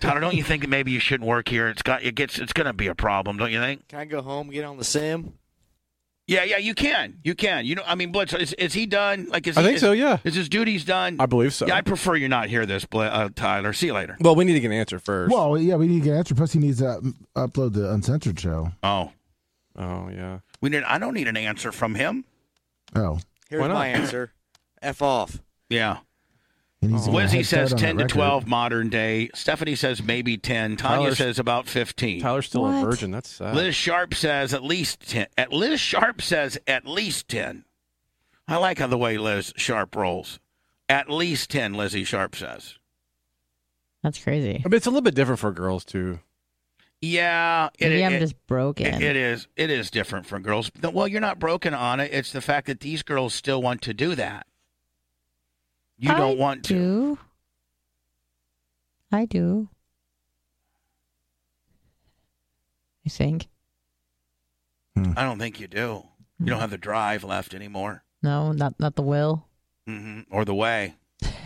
S2: Tyler? Don't you think that maybe you shouldn't work here? It's got it gets it's going to be a problem, don't you think?
S6: Can I go home, get on the sim?
S2: Yeah, yeah, you can, you can. You know, I mean, Blitz, is, is he done? Like, is
S5: I
S2: he-
S5: think
S2: is-
S5: so. Yeah,
S2: Is his duties done?
S5: I believe so.
S2: Yeah, I prefer you not hear this, Bla- uh, Tyler. See you later.
S5: Well, we need to get an answer first.
S3: Well, yeah, we need to get answer. Plus, he needs to up- upload the uncensored show.
S2: Oh,
S5: oh yeah.
S2: we did. I don't need an answer from him.
S3: Oh.
S6: Here's
S5: Why not?
S6: my [clears throat] answer. F off.
S2: Yeah.
S3: He needs to get a
S2: Wizzy
S3: head
S2: says
S3: start on
S2: 10
S3: that
S2: to
S3: record.
S2: 12 modern day. Stephanie says maybe 10. Tanya
S5: Tyler's-
S2: says about 15.
S5: Tyler's still
S4: What?
S5: a virgin. That's sad.
S2: Liz Sharp says at least 10. At Liz Sharp says at least 10. I like how the way Liz Sharp rolls. At least 10, Lizzie Sharp says.
S4: That's crazy.
S5: I mean, it's a little bit different for girls too.
S2: Yeah, it,
S4: Maybe I'm
S2: it-
S4: just broken.
S2: it- it is. It is different for girls. No, Well, you're not broken on it. It's the fact that these girls still want to do that. You don't
S4: I
S2: want to.
S4: do. I do. I think.
S2: I don't think you do. You
S4: Mm-hmm.
S2: don't have the drive left anymore,
S4: No, not not the will.
S2: hmm or the
S4: [laughs]
S2: way. I'm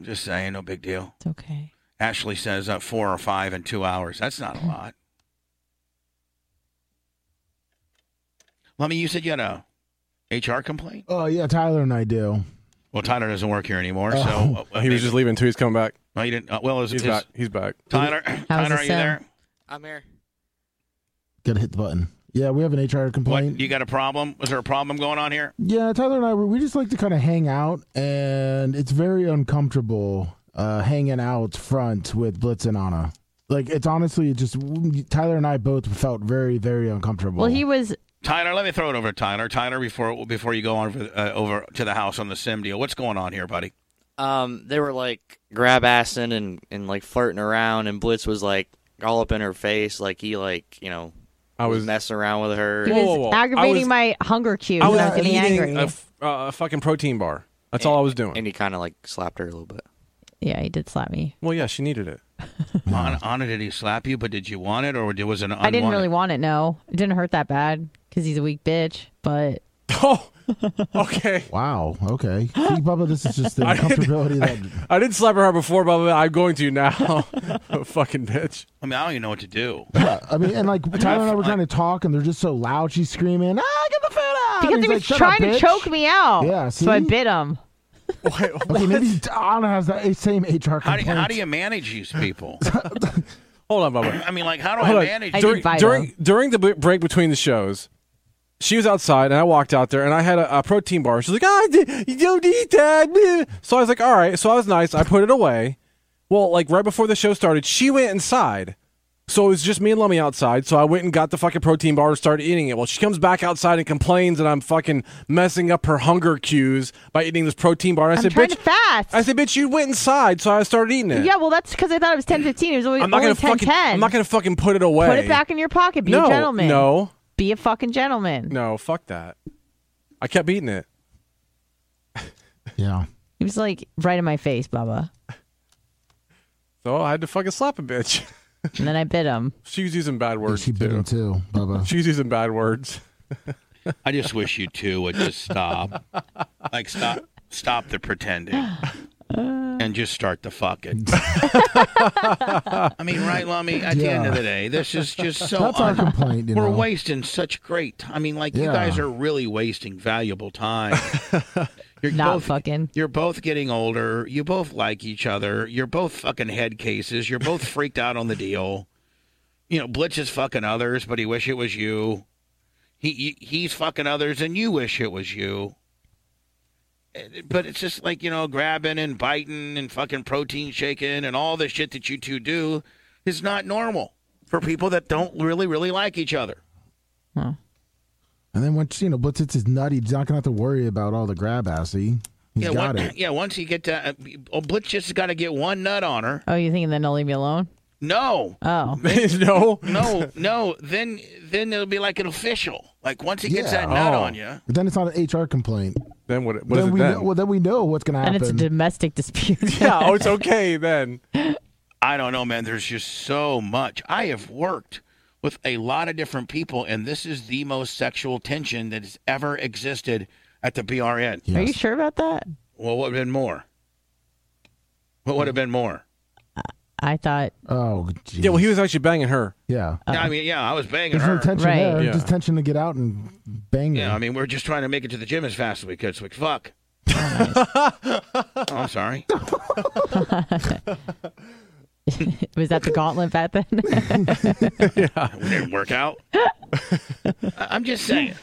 S2: just saying, no big deal.
S4: It's okay.
S2: Ashley says uh, four or five in two hours. That's
S5: Mm-hmm.
S2: not a lot. Let me. You said you had a HR complaint.
S3: Oh, yeah, Tyler and I do.
S2: Well, Tyler doesn't work here anymore,
S3: Oh.
S2: so uh,
S5: he was
S2: maybe-
S5: just leaving too. He's coming back.
S2: No, you didn't. Uh, well, is,
S5: He's
S2: is
S5: back. He's back.
S2: Tyler? Tyler,
S4: it
S2: are you
S4: sound?
S2: there?
S6: I'm here.
S3: Got to hit the button. Yeah, we have an HR complaint.
S2: What? You got a problem? Was there a problem going on here?
S3: Yeah, Tyler and I we just like to kind of hang out, and it's very uncomfortable uh, hanging out front with Blitz and Anna. Like it's honestly just Tyler and I both felt very very uncomfortable.
S4: Well, he was
S2: Tyler, let me throw it over to Tyler. Tyler, before before you go on for, uh, over to the house on the sim deal, what's going on here, buddy?
S6: Um, they were like grab assing and, and like flirting around, and Blitz was like all up in her face, like he like you know
S5: I
S6: was,
S5: was
S6: messing around with
S4: he
S6: her.
S5: Whoa,
S4: was
S5: whoa, whoa. I
S4: aggravating
S5: was-
S4: my hunger cue.
S5: I
S4: so
S5: was
S4: I was getting angry.
S5: eating a, f- uh, a fucking protein bar. That's all I was doing.
S6: And he kind of like slapped her a little bit.
S4: yeah, he did slap me.
S5: well, yeah, she needed it.
S2: Anna, Anna, did he slap you? But did you want it, or was it an unwanted?
S4: I didn't really want it. No, it didn't hurt that bad because he's a weak bitch. But
S5: Oh, [laughs] okay.
S3: wow.
S4: [gasps]
S3: Okay. See, Bubba, this
S2: [laughs]
S3: is just the uncomfortability that.
S5: I didn't slap her hard before, but I'm going to now. [laughs] Oh, fucking bitch.
S2: I mean, I don't even know what to
S5: [laughs]
S2: do.
S3: Yeah, I mean, and like Tyler and I were trying to talk, and they're just so loud. She's screaming, "Ah, get the food out!"
S4: because
S3: He's
S4: he
S3: like,
S4: was
S3: "Shut up,
S4: trying to
S3: bitch."
S4: choke me out,
S3: Yeah,
S4: so I
S3: see?
S4: bit him.
S5: Wait,
S3: Okay,
S5: what?
S3: maybe Anna has that same HR complaint.
S2: How do, you- how do you manage these
S5: [laughs]
S2: people?
S5: Hold on, Bubba.
S2: I mean, like, how do
S5: Hold
S2: I
S5: on.
S2: manage?
S4: I-
S5: during
S4: Vital.
S5: during during the b- break between the shows, she was outside and I walked out there and I had a, a protein bar. She's like, "Ah, d- you don't eat that." bleh." So I was like, "All right." So I was nice. I put it away. Well, like right before the show started, she went inside. So it was just me and Lummy outside. So I went and got the fucking protein bar and started eating it. Well, she comes back outside and complains that I'm fucking messing up her hunger cues by eating this protein bar. And
S4: I'm
S5: I said,
S4: trying
S5: "Bitch."
S4: to fast.
S5: I said, "Bitch, you went inside." So I started eating
S4: [laughs]
S5: it.
S4: yeah, well, that's because I thought it was ten fifteen. It was only,
S5: I'm not
S4: only
S5: gonna
S4: ten
S5: fucking.
S4: ten.
S5: I'm not gonna fucking put it away.
S4: Put it back in your pocket. Be
S5: no,
S4: a gentleman.
S5: No.
S4: Be a fucking gentleman.
S5: No, fuck that. I kept eating it.
S3: Yeah.
S4: He was like right in my face, Bubba.
S5: So I had to fucking slap a bitch. [laughs]
S4: And then I bit him.
S5: She was using bad
S3: Yeah,
S5: words.
S3: She bit
S5: too.
S3: him too,
S2: [laughs]
S3: Bubba.
S5: She was using bad
S3: [laughs]
S5: words. [laughs]
S2: I just wish you two would just stop, like, stop, stop the pretending, and just start the fucking. I mean, right, Lummy? At the end of the day, this is just so.
S3: That's our
S2: un-
S3: complaint. You
S2: We're
S3: know?
S2: wasting such great. T- I mean, like you
S3: Yeah.
S2: guys are really wasting valuable time. You're
S4: Not
S2: both,
S4: fucking.
S2: You're both getting older. You both like each other. You're both fucking head cases. You're
S3: [laughs]
S2: both freaked out on the deal. You know, Blitz is fucking others, but he wish it was you. He, he he's fucking others, and you wish it was you. Eh, But it's just like you know, grabbing and biting and fucking protein shaking and all the shit that you two do is not normal for people that don't really really like each other.
S3: And then once you know Blitz hits his nut, he's not gonna have to worry about all the grab assy. He's
S2: yeah,
S3: got
S2: one-
S3: it.
S2: yeah, once he get to, uh, Blitz just got to get one nut on her.
S4: Oh, you thinking then they'll leave me alone?
S2: No,
S4: Oh.
S5: no.
S3: [laughs]
S2: no, no. Then, then it'll be like an official. Like once he [laughs] gets
S3: Yeah.
S2: that nut
S5: Oh.
S2: on you,
S3: But then it's not an HR complaint.
S5: Then what? What is
S3: then
S5: it
S3: we
S5: then?
S3: Know,
S5: [laughs]
S3: well, then we know what's gonna
S4: And
S3: happen.
S4: it's a domestic dispute.
S5: yeah.
S3: [laughs]
S5: Oh, it's okay then.
S2: I don't know, man. There's just so much. I have worked with a lot of different people, and this is the most sexual tension that has ever existed at the BRN.
S4: [laughs] Are you
S3: Yes.
S4: sure about that?
S2: Well, what would have been more? What would have been more?
S4: I thought
S3: Oh, geez.
S5: Yeah. Well, he was actually banging her.
S2: [laughs]
S3: yeah.
S2: I mean, yeah, I was banging
S3: Uh-huh. There's
S2: her.
S3: no tension
S4: Right.
S3: there.
S5: Yeah.
S3: Just tension to get out and bang.
S2: Yeah,
S3: her.
S2: I mean, we're just trying to make it to the gym as fast as we could. So we
S3: [laughs]
S2: fuck. Oh, I'm sorry.
S4: was that the gauntlet bat then? [laughs]
S2: We didn't work out. [laughs] I- I'm just saying.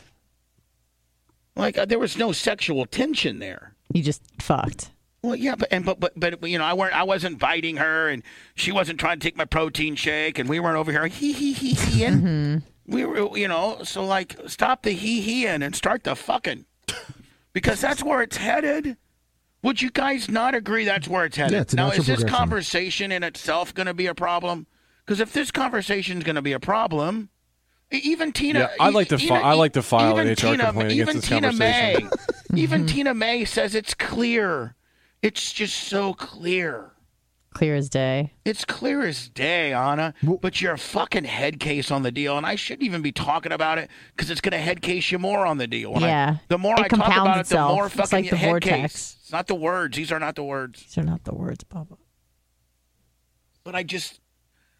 S2: Like uh, there was no sexual tension there.
S4: you just fucked.
S2: Well, yeah, but and but but but you know, I weren't I wasn't biting her, and she wasn't trying to take my protein shake, and we weren't over here hee hee hee hee and
S3: Mm-hmm.
S2: we were you know so like stop the hee hee and start the fucking because that's where it's headed. Would you guys not agree that's where it's headed?
S3: Yeah, it's a
S2: now,
S3: natural
S2: is this
S3: progression.
S2: conversation in itself going to be a problem? Because if this conversation is going to be a problem, e- even Tina,
S5: Yeah, I'd like to
S2: e-
S5: fi-
S2: e-
S5: I'd like to file an
S2: even
S5: HR complaint against
S2: even
S5: this
S2: Tina May, [laughs]
S5: conversation.
S4: Mm-hmm.
S2: even Tina May says it's clear. It's just so clear.
S4: Clear as day.
S2: It's clear as day, Anna.
S3: Well-
S2: but you're a fucking head case on the deal, and I shouldn't even be talking about it because it's going to head case you more on the deal. When I-
S4: Yeah.
S2: the more
S4: It
S2: I talk about
S4: compounds
S2: it, the
S4: itself.
S2: more
S4: It's
S2: fucking
S4: like the
S2: head
S4: vortex.
S2: case. It's not the words. These are not the words.
S4: These are not the words, Bubba.
S2: But I just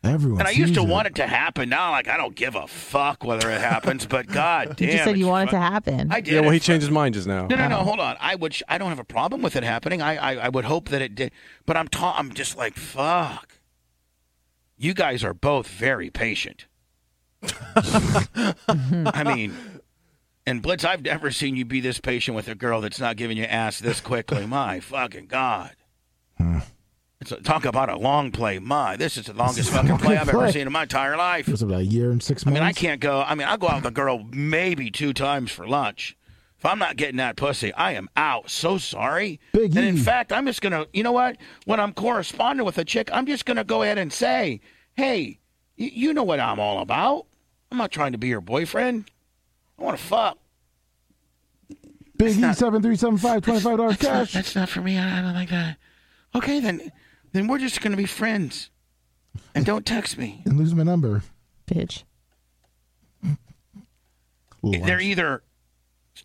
S3: Everyone.
S2: and I used
S3: sees
S2: to
S3: it.
S2: want it to happen. Now, like I don't give a fuck whether it happens. But god damn,
S4: [laughs] You just said you
S2: it's
S4: want it
S2: fu-
S4: to happen.
S2: I did.
S5: Yeah. Well, he
S2: It's fu-
S5: changed his mind just now.
S2: No, no, no. Hold on. I would. Sh- I don't have a problem with it happening. I, I, I would hope that it did. But I'm. Ta- I'm just like fuck. You guys are both very patient. I mean, and Blitz, I've never seen you be this patient with a girl that's not giving you ass this quickly. My fucking god. It's a, talk about a long play. My, this is the longest fucking play I've ever
S3: play.
S2: seen in my entire life.
S3: It was about a year and six
S2: I
S3: months.
S2: mean, I can't go. I mean, I'll go out with a girl maybe two times for lunch. If I'm not getting that pussy, I am out. So sorry.
S3: Big
S2: and in
S3: E.
S2: fact, I'm just gonna. You know what? When I'm corresponding with a chick, I'm just gonna go ahead and say, "Hey, y- you know what I'm all about. I'm not trying to be your boyfriend. I want to fuck.
S3: Big E seven three seven five twenty
S2: [laughs]
S3: five dollars
S2: That's,
S3: cash.
S2: that's not for me. I I don't like that. Okay, then, then we're just gonna be friends, and don't text me.
S3: And lose my number.
S4: Bitch.
S3: Little
S2: they're
S3: ones.
S2: either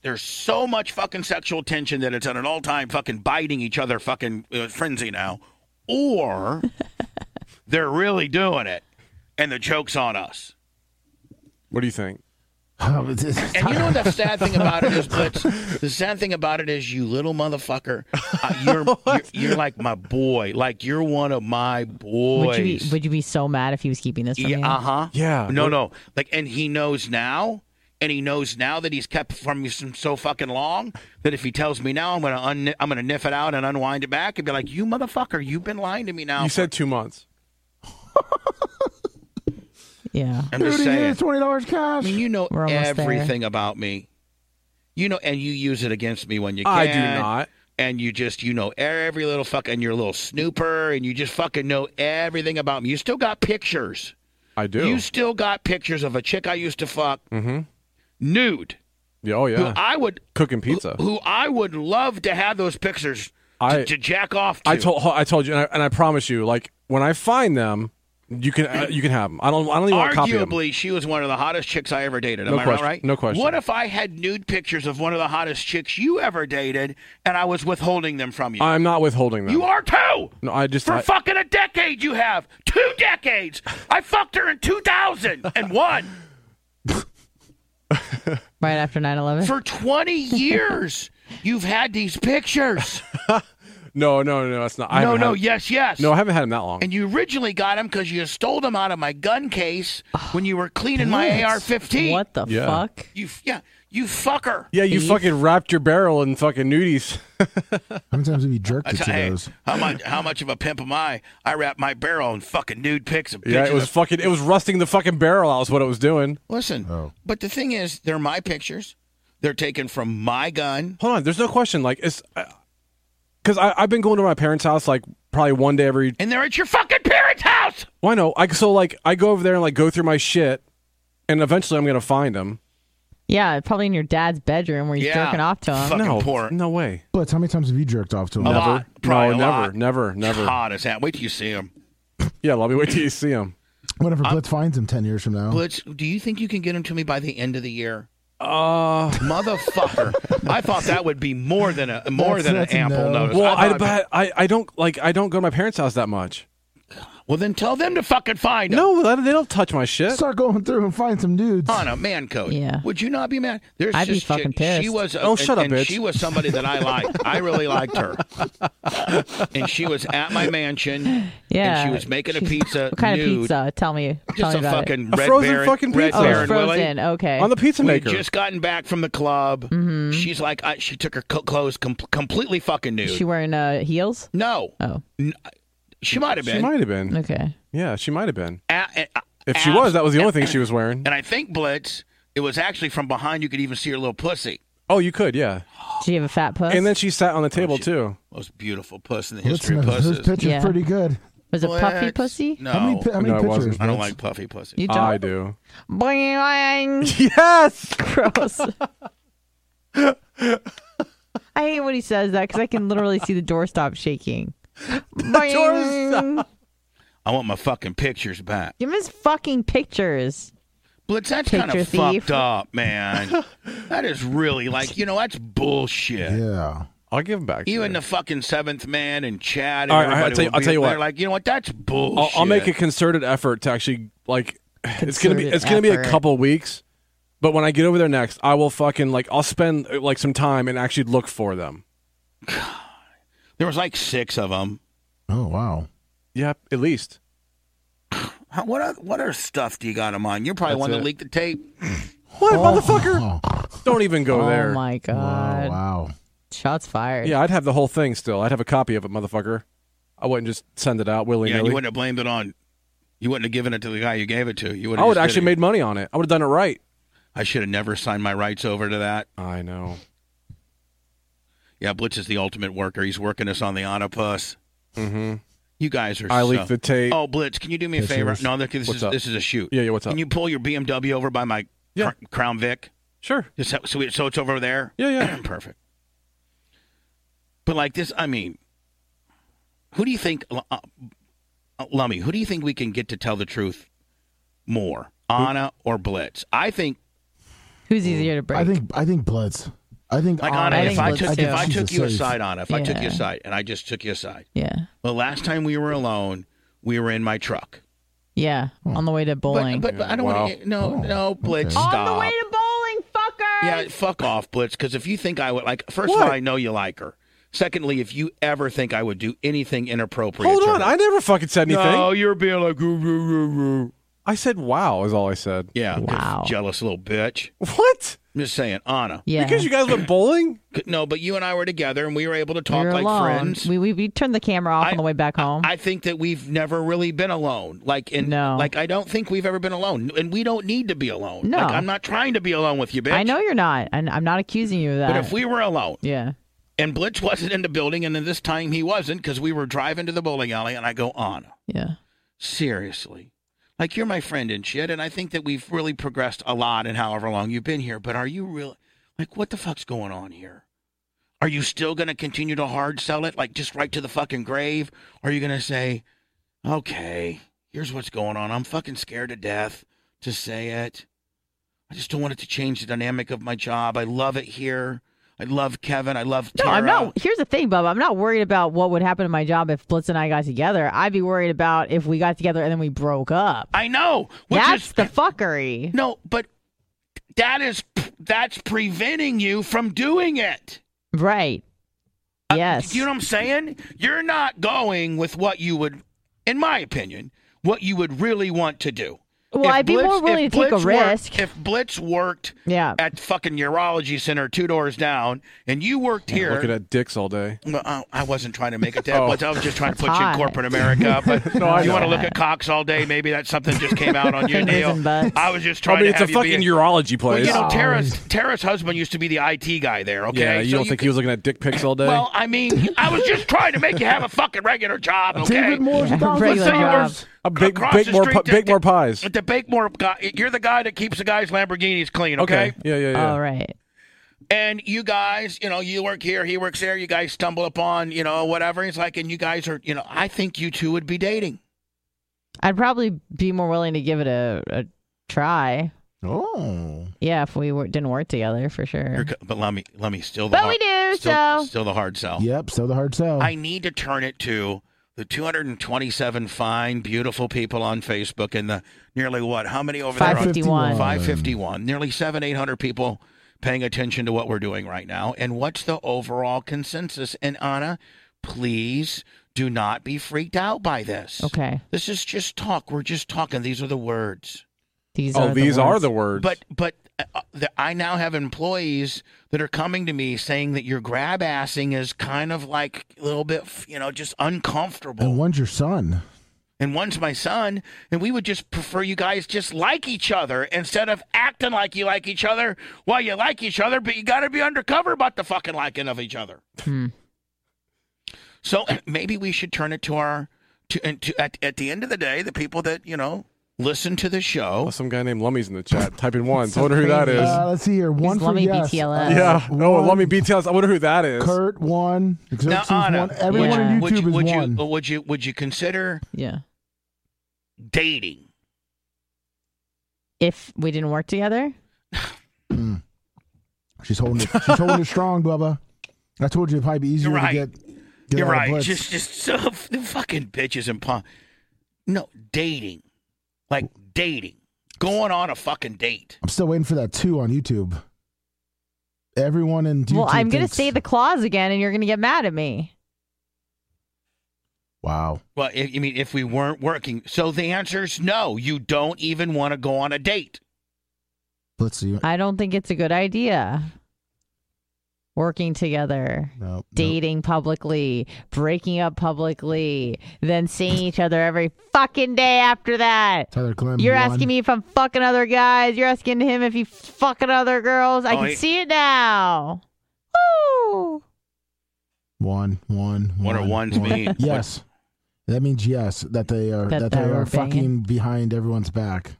S2: there's so much fucking sexual tension that it's at an all-time fucking biting each other fucking uh, frenzy now
S4: [laughs]
S2: or they're really doing it and the joke's on us
S5: What do you think?
S3: [laughs] Oh, it's- it's-
S2: and you know
S4: [laughs]
S2: what the sad thing about it is Blitz? the sad thing about it is you little motherfucker uh,
S4: [laughs]
S2: you're, you're you're like my boy like you're one of my boys
S4: Would you be would you be so mad if he was keeping this from you?
S2: yeah, uh-huh
S5: Yeah.
S2: No, no. Like, and he knows now, and he knows now that he's kept from you some- so fucking long that if he tells me now, I'm gonna un- I'm gonna niff it out and unwind it back and be like, "You motherfucker, you've been lying to me now."
S5: You said two months.
S4: Yeah.
S2: I'm just
S3: Thirty
S2: saying.
S3: years, twenty dollars cash.
S2: I mean, you know
S4: We're almost
S2: everything about me. You know, and you use it against me when you can.
S5: I do not.
S2: And you just, you know, every little fuck, and you're a little snooper, and you just fucking know everything about me. You still got pictures.
S5: I do.
S2: You still got pictures of a chick I used to fuck
S5: mm-hmm.
S2: nude.
S5: Yeah, oh
S2: Who
S5: yeah.
S2: I would
S5: Cooking pizza.
S2: who I would love to have those pictures to,
S5: I-
S2: to jack off to.
S5: I told I told you, and I, and I promise you, like when I find them, you can uh, you can have them. I don't I don't even want to copy them.
S2: Arguably, she was one of the hottest chicks I ever dated. Am
S5: No
S2: I
S5: question.
S2: not right?
S5: No question.
S2: What if I had nude pictures of one of the hottest chicks you ever dated, and I was withholding them from you?
S5: I'm not withholding them.
S2: you are too.
S5: No, I just
S2: For
S5: I,
S2: fucking a decade, you have two decades. I fucked her in two thousand and
S5: [laughs]
S2: one
S4: Right after 9-11?
S2: for twenty years. You've had these pictures.
S5: no no no. That's not. I
S2: no,
S5: haven't
S2: no,
S5: had-
S2: yes, yes.
S5: no. I haven't had them that long.
S2: And you originally got them because you stole them out of my gun case when you were cleaning my AR-15.
S4: What the
S5: Yeah.
S4: fuck?
S2: You, f- yeah, you fucker.
S5: yeah, you fucking wrapped your barrel in fucking nudies.
S3: How many times have you jerked
S2: I
S3: it
S2: t-
S3: to
S2: hey,
S3: those?
S2: how much? How much of a pimp am I? I wrap my barrel in fucking nude pics of
S5: yeah,
S2: pictures.
S5: it was
S2: of-
S5: fucking. It was rusting the fucking barrel out. Is what it was doing.
S2: Listen,
S3: Oh.
S2: but the thing is, they're my pictures. They're taken from my gun.
S5: Hold on. There's no question. Like it's because I I've been going to my parents' house like probably one day every
S2: And they're at your fucking parents' house.
S5: Well, I know. I so like I go over there and like go through my shit, and eventually I'm gonna find them.
S4: Yeah, probably in your dad's bedroom where he's
S2: Yeah.
S4: jerking off to him.
S2: Fucking
S5: no,
S2: porn.
S5: no way.
S3: But how many times have you jerked off to them?
S2: A lot.
S5: Never.
S2: Probably
S5: no,
S2: a
S5: never,
S2: lot.
S5: never, never. [laughs]
S2: Hot as that. Wait till you see them.
S5: Yeah, let me wait till you see them.
S3: Whenever Blitz finds him ten years from now.
S2: Uh, Blitz, do you think you can get them to me by the end of the year?
S5: Uh,
S2: Motherfucker! I thought that would be more than a more
S3: That's-
S2: than an
S3: that's
S2: ample
S3: no.
S2: notice.
S5: well,
S2: I
S5: I,
S2: thought-
S5: but I, I don't like I don't go to my parents' house that much.
S2: well, then tell them to fucking find 'em.
S5: No, that, they don't touch my shit.
S3: Start going through and find some dudes.
S2: on a man code.
S4: Yeah.
S2: Would you not be mad? There's
S4: I'd be
S2: this
S4: fucking
S2: chick- She
S4: pissed.
S2: was a,
S5: Oh,
S2: and-
S5: shut up,
S2: and
S5: bitch.
S2: She was somebody that I liked. I really liked
S5: [laughs]
S2: her. and she was at my mansion.
S4: Yeah.
S2: And she was making a
S4: She's-
S2: pizza
S4: [laughs] What kind
S2: nude.
S4: of pizza? Tell me. Tell
S2: Just
S4: me
S2: a
S4: about it.
S2: fucking
S5: A
S2: red
S5: frozen
S2: Baron,
S5: fucking
S2: Red
S5: pizza.
S4: Oh,
S2: Baron
S4: frozen.
S2: Willie.
S4: Okay.
S5: On the pizza
S2: eh, We
S5: maker.
S2: just gotten back from the club.
S4: Mm-hmm.
S2: She's like, I, she took her co- clothes com- completely fucking nude.
S4: Is she wearing uh, heels?
S2: no,
S4: Oh,
S2: she might have
S5: she
S2: been.
S5: might have been.
S4: okay.
S5: Yeah, she might have been.
S2: A- a-
S5: If she
S2: abs-
S5: was, that was the only thing she was wearing.
S2: and I think Blitz, it was actually from behind. You could even see her little pussy.
S5: Oh, you could, yeah.
S4: Does she have a fat puss?
S5: And then she sat
S2: Oh,
S5: on the table too.
S2: Most beautiful puss in the
S3: Blitz
S2: history of
S3: knows
S2: pusses.
S3: This picture's
S4: Yeah.
S3: pretty good.
S4: was it puffy
S2: What?
S4: pussy?
S2: No.
S3: How many, pi- how many
S5: No, it
S3: pictures?
S5: wasn't.
S2: I don't
S3: Blitz?
S2: like puffy pussy.
S4: You don't.
S5: I do.
S4: Boing.
S5: [laughs] Yes.
S4: [laughs]
S2: [laughs]
S4: Gross. I hate when he says that because I can literally see the
S2: [laughs]
S4: doorstop shaking. Boing.
S2: I want my fucking pictures back.
S4: Give him his fucking pictures.
S2: Blitz, that's
S4: Picture
S2: kind of
S4: thief.
S2: fucked up, man. [laughs] that is really like, you know, that's bullshit.
S3: Yeah.
S5: I'll give them back. to
S2: You
S5: her.
S2: and the fucking seventh man and Chad. And
S5: All right,
S2: everybody
S5: I'll tell you-
S2: will
S5: I'll
S2: be-
S5: tell you what.
S2: They're like, you know what? That's bullshit.
S5: I'll, I'll make a concerted effort to actually like. [sighs] It's gonna be
S4: Concerted
S5: it's gonna be a
S4: effort.
S5: couple weeks, but when I get over there next, I will fucking like I'll spend uh, like some time and actually look for them.
S2: There was like six of them.
S3: Oh wow.
S5: Yeah, at least.
S2: How, what oth- what other stuff do you got him on? You're probably
S5: That's
S2: one that
S5: it.
S2: leaked the tape.
S5: What, motherfucker?
S3: Oh,
S5: Don't even
S4: [laughs]
S5: go
S4: oh
S5: there.
S4: my god!
S3: wow.
S4: Shots fired.
S5: Yeah, I'd have the whole thing still. I'd have a copy of it, motherfucker. I wouldn't just send it out willy
S2: Yeah, you
S5: nilly.
S2: wouldn't have blamed it on. You wouldn't have given it to the guy you gave it to. You would.
S5: I would actually made money on it. I would have done it right.
S2: I should have never signed my rights over to that.
S5: I know.
S2: Yeah, Blitz is the ultimate worker. He's working us on the Onipus.
S5: Mm-hmm.
S2: You guys are.
S5: I
S2: so...
S5: leaked the tape.
S2: [laughs] Oh, Blitz, can you do me a
S3: Yes,
S2: favor?
S3: yours.
S2: No, look, this
S5: What's
S2: is
S5: up?
S2: this is a shoot.
S5: Yeah, yeah. What's up?
S2: Can you pull your BMW over by my
S5: Yeah.
S2: Cr- Crown Vic?
S5: Sure.
S2: Just so, so, it- so it's over there. [coughs]
S5: Yeah, yeah.
S2: [clears throat] Perfect. But like this, I mean, who do you think, uh, uh, Lummy? Who do you think we can get to tell the truth more, Anna or Blitz? I think
S4: Who's easier to break?
S3: I think I think Blitz. I think
S2: like Anna.
S3: Anna,
S4: I
S2: if
S4: think
S2: I
S4: Blitz
S2: took
S4: too.
S2: if I
S3: She's
S2: took
S3: a
S2: you
S3: safe.
S2: aside, Anna, if I took you
S4: Yeah.
S2: aside, and I just took you aside.
S4: yeah,
S2: Well, last time we were alone, we were in my truck.
S4: yeah. On the way to bowling.
S2: Hmm. But, but, but I don't
S5: Wow.
S2: want to. No,
S3: Oh,
S2: no, Blitz,
S3: okay.
S2: stop.
S4: On the way to bowling, fucker.
S2: Yeah, fuck off, Blitz. Because if you think I would like, first of
S5: What?
S2: all, I know you like her. Secondly, if you ever think I would do anything inappropriate,
S5: Hold
S2: to
S5: on.
S2: her-
S5: I never fucking said anything.
S2: No, you're being like, "Ooh, ooh, ooh, ooh."
S5: I said wow is all I said.
S2: yeah,
S4: Wow.
S2: jealous little bitch.
S5: What?
S2: I'm just saying, Anna.
S4: Yeah.
S5: Because you guys went bowling?
S2: C- No, but you and I were together and we were able to
S4: we
S2: talk
S4: were
S2: like
S4: alone.
S2: friends.
S4: We, we we turned the camera off
S2: I-
S4: on the way back home.
S2: I think that we've never really been alone. Like, in,
S4: No.
S2: like I don't think we've ever been alone, and we don't need to be alone.
S4: No.
S2: like, I'm not trying to be alone with you, bitch.
S4: I know you're not, and I'm not accusing you of that.
S2: But if we were alone,
S4: yeah.
S2: and Blitz wasn't in the building, and then this time he wasn't because we were driving to the bowling alley, and I go, Anna,
S4: Yeah.
S2: seriously. Like you're my friend and shit, and I think that we've really progressed a lot in however long you've been here. But are you real? Like, what the fuck's going on here? Are you still gonna continue to hard sell it, like just right to the fucking grave? Or are you gonna say, okay, here's what's going on. I'm fucking scared to death to say it. I just don't want it to change the dynamic of my job. I love it here. I love Kevin. I love
S4: No,
S2: Tara.
S4: I'm not. Here's the thing, Bubba. I'm not worried about what would happen to my job if Blitz and I got together. I'd be worried about if we got together and then we broke up.
S2: I know. Which
S4: That's
S2: is,
S4: the fuckery.
S2: No, but that is that's preventing you from doing it.
S4: Right.
S2: Uh,
S4: Yes.
S2: you know what I'm saying? You're not going with what you would in my opinion, what you would really want to do.
S4: Well,
S2: If
S4: I'd be
S2: Blitz-
S4: more willing
S2: if
S4: to take a
S2: Blitz worked-
S4: risk.
S2: If Blitz worked
S4: yeah.
S2: at fucking urology center two doors down and you worked
S5: Yeah,
S2: here
S5: Looking at dicks all day.
S2: well, I- I wasn't trying to make it that.
S5: Oh.
S2: Blitz. I was just trying to
S4: That's
S2: put you in
S4: hot.
S2: corporate America.
S4: [laughs]
S2: But
S5: No, I
S2: you
S5: know.
S2: want to look at cocks all day? Maybe that's something just came out
S4: [laughs]
S2: on your
S4: Fingers
S2: deal.
S4: and butts.
S2: I was just trying
S5: I mean,
S2: to
S5: it's a
S2: have you be
S5: fucking urology
S2: Well,
S5: place.
S2: you know,
S3: Oh.
S2: Tara's Tara's husband used to be the IT guy there. Okay,
S5: yeah, you
S2: So
S5: don't think he was uh, looking at dick pics all day?
S2: could- Well, I
S5: [laughs]
S2: mean, I was just trying to make you have a fucking regular job. Okay,
S3: David Moore's
S4: Yeah,
S3: a thousand
S4: regular
S3: dollars.
S4: job.
S5: a big,
S2: across
S5: big
S2: the
S5: more,
S2: street
S5: pi-
S2: to-
S5: big more pies.
S2: the Bakemore guy. You're the guy that keeps the guys' Lamborghinis clean. Okay,
S5: Yeah, yeah, yeah.
S4: All right.
S2: and you guys, you know, you work here, he works there. You guys stumble upon, you know, whatever. It's like, and you guys are, you know, I think you two would be dating.
S4: I'd probably be more willing to give it a, a try.
S3: Oh.
S4: Yeah, if we were, didn't work together for sure.
S2: Here co- But let me, let me still. The
S4: But
S2: hard,
S4: we do,
S2: still,
S4: so-
S2: still the hard sell.
S3: Yep, so the hard sell.
S2: I need to turn it to the 227 fine, beautiful people on Facebook and the nearly what? How many over there? on-
S4: 551.
S2: 551. Nearly seven, 800 people paying attention to what we're doing right now. And what's the overall consensus? And Anna, please do not be freaked out by this.
S4: Okay.
S2: This is just talk. We're just talking. These are the words.
S4: These
S5: oh,
S4: are
S5: these
S4: the
S5: are
S4: words.
S5: the words.
S2: But but uh, uh, the, I now have employees that are coming to me saying that your grab assing is kind of like a little bit, you know, just uncomfortable.
S3: and one's your son.
S2: and one's my son, and we would just prefer you guys just like each other instead of acting like you like each other while you like each other, but you got to be undercover about the fucking liking of each other.
S4: Hmm.
S2: So uh, maybe we should turn it to our to, and to at, at the end of the day, the people that you know listen to the
S5: oh,
S2: show.
S5: some guy named Lummy's in the chat. Type in one. I wonder who that is.
S4: crazy.
S3: Uh, let's see here. One for
S4: Lummi
S3: yes.
S4: BTLS.
S3: uh,
S5: [laughs] yeah. No,
S3: one,
S5: Lummy BTS. I wonder who that is.
S3: Kurt one. Xerxes
S2: Anna,
S3: one. Everyone
S4: would
S3: on
S4: you-
S3: YouTube
S2: Would you oh.
S3: is
S2: would
S3: one.
S2: you would you would you consider
S4: Yeah.
S2: dating?
S4: If we didn't work together,
S3: Mm. She's holding it. She's holding it strong, Bubba. I told you it'd probably be easier
S2: You're right.
S3: to get. get
S2: You're
S3: out of
S2: right.
S3: Blitz.
S2: Just just [laughs] so the fucking bitches and punk. No dating, like dating, going on a fucking date.
S3: I'm still waiting for that two on YouTube. Everyone in YouTube.
S4: well, I'm gonna
S3: thinks-
S4: say the clause again, and you're gonna get mad at me.
S3: Wow.
S2: Well, I I mean, if we weren't working, so the answer is no. You don't even want to go on a date.
S3: Let's see.
S4: I don't think it's a good idea. Working together,
S3: No, no.
S4: dating publicly, breaking up publicly, then seeing each other every fucking day after that.
S3: Tyler Clem.
S4: You're
S3: won.
S4: asking me if I'm fucking other guys. You're asking him if he fucking other girls. I
S2: Oh,
S4: can
S2: he-
S4: see it now. Woo!
S3: One, one,
S2: What
S3: one,
S2: are ones
S3: one.
S2: mean?
S3: Yes. That means yes, that they are
S4: That
S3: that, they
S4: they were
S3: are
S4: banging.
S3: fucking behind everyone's back.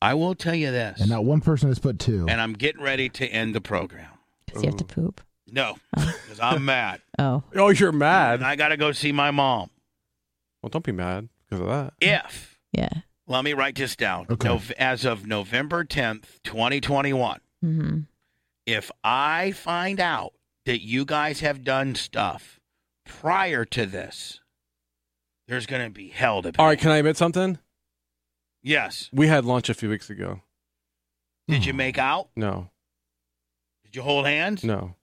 S2: I will tell you this,
S3: And not one person has put two.
S2: and I'm getting ready to end the program.
S4: Because you have to poop.
S3: [laughs]
S2: No, because I'm mad.
S4: Oh.
S5: Oh, you're mad.
S2: And I got to go see my mom.
S5: Well, don't be mad because of that.
S2: If,
S4: Yeah.
S2: let me write this down.
S3: Mm. Okay.
S2: Nov- as of November 10th, 2021, Mm-hmm.
S4: hmm
S2: if I find out that you guys have done stuff prior to this, there's going to be hell to pay.
S5: All right, can I admit something?
S2: yes.
S5: We had lunch a few weeks ago.
S2: Did you make out?
S5: No,
S2: Did you hold hands?
S5: Hmm. no.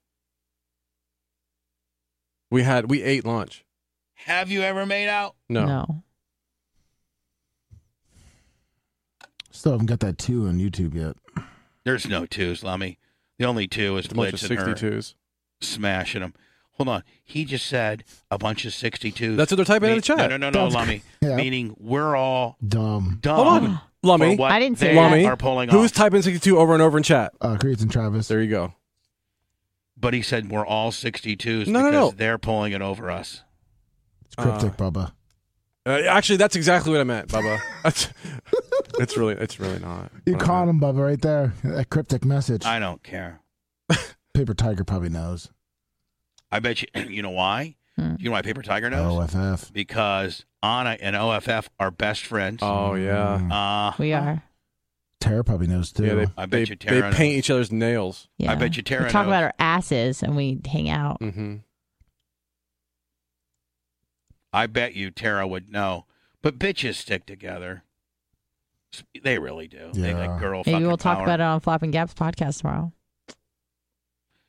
S5: We had we ate lunch.
S2: Have you ever made out?
S5: No,
S3: Still haven't got that two on YouTube yet.
S2: There's no twos, Lummy. The only two is
S5: it's a bunch of
S2: Blitz and her
S5: sixty-twos.
S2: smashing them. Hold on. He just said a bunch of 62s.
S5: That's what they're typing in the
S2: Me-
S5: chat.
S2: No, no, no, no, Lummy.
S3: Yeah.
S2: Meaning we're all
S3: Dumb.
S2: dumb.
S5: Hold on, Lummy.
S2: for what
S4: I didn't say
S2: they
S4: that.
S5: Lummy.
S2: are pulling
S5: Who's
S2: off.
S5: typing sixty-two over and over in chat?
S3: Uh Creeds and Travis.
S5: There you go.
S2: but he said we're all 62s
S5: No, no,
S2: because
S5: no.
S2: they're pulling it over us.
S3: It's cryptic, Bubba.
S5: Uh, actually, that's exactly what I meant, Bubba. That's, it's really, it's really not.
S3: You
S5: what I
S3: caught
S5: meant.
S3: him, Bubba, right there. That cryptic message.
S2: I don't care.
S3: Paper Tiger probably knows.
S2: I bet you. [clears throat] You know why?
S4: Hmm.
S2: You know why Paper Tiger
S3: Oh,
S2: knows?
S3: OFF.
S2: Because Anna and OFF are best friends.
S5: Oh yeah,
S3: Mm.
S2: Uh,
S4: We are.
S3: Tara probably knows too.
S5: yeah. They,
S2: I bet
S5: they,
S2: you Tara
S5: they
S2: knows.
S5: paint each other's nails.
S4: Yeah.
S2: I bet you Tara
S4: We talk
S2: knows.
S4: about our asses and we hang out.
S5: Mm-hmm.
S2: I bet you Tara would know. But bitches stick together. They really do. They
S3: Yeah.
S2: like girl
S4: Maybe
S2: fucking
S4: we'll talk
S2: power.
S4: about it on Flopping Gaps podcast tomorrow.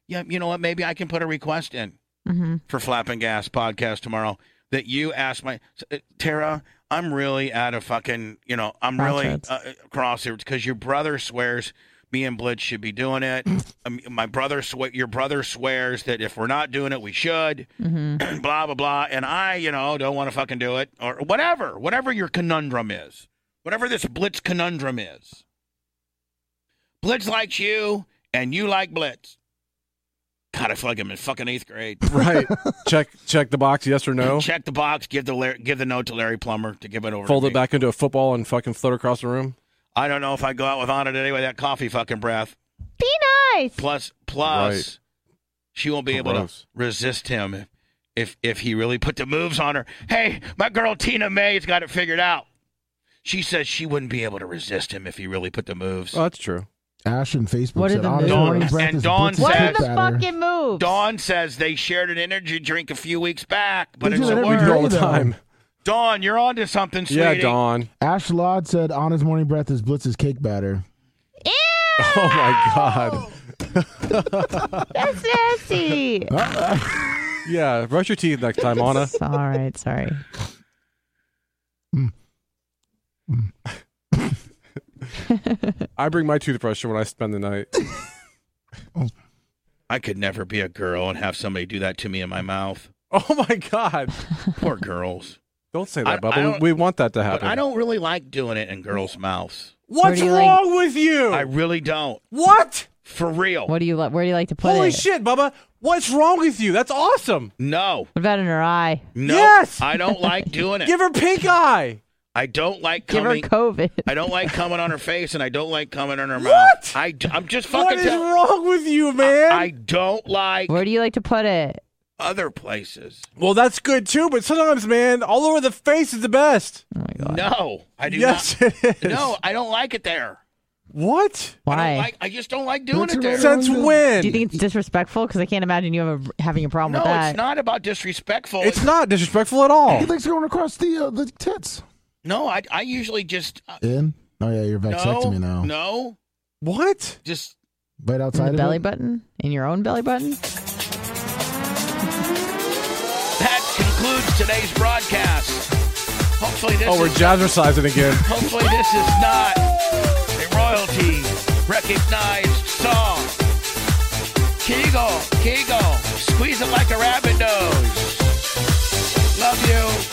S2: Yeah, you know what? Maybe I can put a request in.
S4: hmm
S2: for Flap and Gas podcast tomorrow that you asked my uh, Tara. I'm really at a fucking you know I'm
S4: Crossroads.
S2: really uh, crossroads because your brother swears me and Blitz should be doing it. um, my brother swe- your brother swears that if we're not doing it, we should. [clears throat]
S4: hmm
S2: blah blah blah. And I you know don't want to fucking do it or whatever whatever your conundrum is, whatever this Blitz conundrum is. Blitz likes you and you like Blitz. God, I feel like I'm in fucking eighth grade.
S5: [laughs] Right. check check the box. Yes or no.
S2: Check the box. Give the Lar- give the note to Larry Plummer to give it over.
S5: Fold
S2: to
S5: it
S2: me.
S5: back into a football and fucking float across the room.
S2: I don't know if I go out with Anna today with that coffee fucking breath.
S4: Be nice.
S2: Plus, plus,
S5: Right.
S2: she won't be able to
S5: Gross.
S2: resist him if, if if he really put the moves on her. Hey, my girl Tina May's got it figured out. She says she wouldn't be able to resist him if he really put the moves.
S5: Oh, that's true.
S3: Ash and Facebook
S4: What are
S3: said
S4: the
S3: Honest
S4: moves?
S3: Morning
S4: And
S3: Breakfast
S2: Dawn
S3: Blitz's
S4: What are
S2: says-
S4: the
S3: poop at her.
S4: fucking moves?
S2: Dawn says they shared an energy drink a few weeks back, but
S3: They
S2: it's
S3: do that
S2: a
S3: every
S5: We
S2: word.
S5: do all
S3: day,
S5: the
S3: though.
S5: time.
S2: Dawn, you're onto something, sweetie.
S5: Yeah, Dawn.
S3: Ash Lod said Honest Morning Breath is Blitz's cake batter.
S4: Ew,
S5: Oh my
S2: Oh.
S5: god.
S4: that's
S2: [laughs]
S4: nasty.
S5: Yeah, brush your teeth next time, Anna.
S4: all right, sorry.
S5: I bring my toothbrush when I spend the night.
S2: I could never be a girl and have somebody do that to me in my mouth.
S5: Oh my god. [laughs]
S2: Poor girls.
S5: Don't say
S2: I-
S5: that,
S2: I
S5: Bubba.
S2: don't-
S5: We, we want that to
S2: But
S5: happen.
S2: I don't really like doing it in girls' mouths.
S5: What's
S4: Where do you like-
S5: wrong with you?
S2: I really don't.
S5: What?
S2: For real.
S4: What do you like? Where do you like to put
S5: Holy
S4: it?
S5: shit, Bubba. What's wrong with you? That's awesome.
S2: No.
S4: What about in her eye?
S2: No.
S5: Yes!
S2: I don't like doing it.
S5: [laughs] Give her pink eye.
S2: I don't like
S4: Give her
S2: coming.
S4: COVID.
S2: I don't like coming on her face, and I don't like coming on her
S5: What?
S2: mouth. I d- I'm just
S5: What
S2: fucking.
S5: is
S2: tell-
S5: wrong with you, man?
S2: I don't like
S4: Where do you like to put it?
S2: other places.
S5: well, that's good too, but sometimes, man, all over the face is the best.
S4: Oh my god.
S2: No, I do
S5: yes, it
S2: not.
S5: is.
S2: No, I don't like it there.
S5: What?
S2: I
S4: Why?
S2: don't like. I just don't like doing
S3: That's
S2: it
S3: right.
S2: there.
S5: Since when?
S4: do you think it's disrespectful? Because I can't imagine you have a, having a problem
S2: No,
S4: with that.
S2: it's not about disrespectful.
S5: it's not disrespectful at
S2: Oh.
S5: all.
S4: [laughs]
S3: He likes going across the uh, the tits.
S2: no, I I usually just uh,
S3: In? Oh yeah, you're
S2: no
S3: vasectomy now.
S2: no
S5: What?
S2: just
S3: Right
S4: In
S3: outside
S4: the
S3: of
S4: belly
S3: it?
S4: button? In your own belly button?
S2: That concludes today's broadcast. Hopefully this
S5: Oh, we're
S2: is
S5: jazzercising again.
S2: hopefully this is not a royalty recognized song. Kegel, Kegel, squeeze it like a rabbit nose. Love you.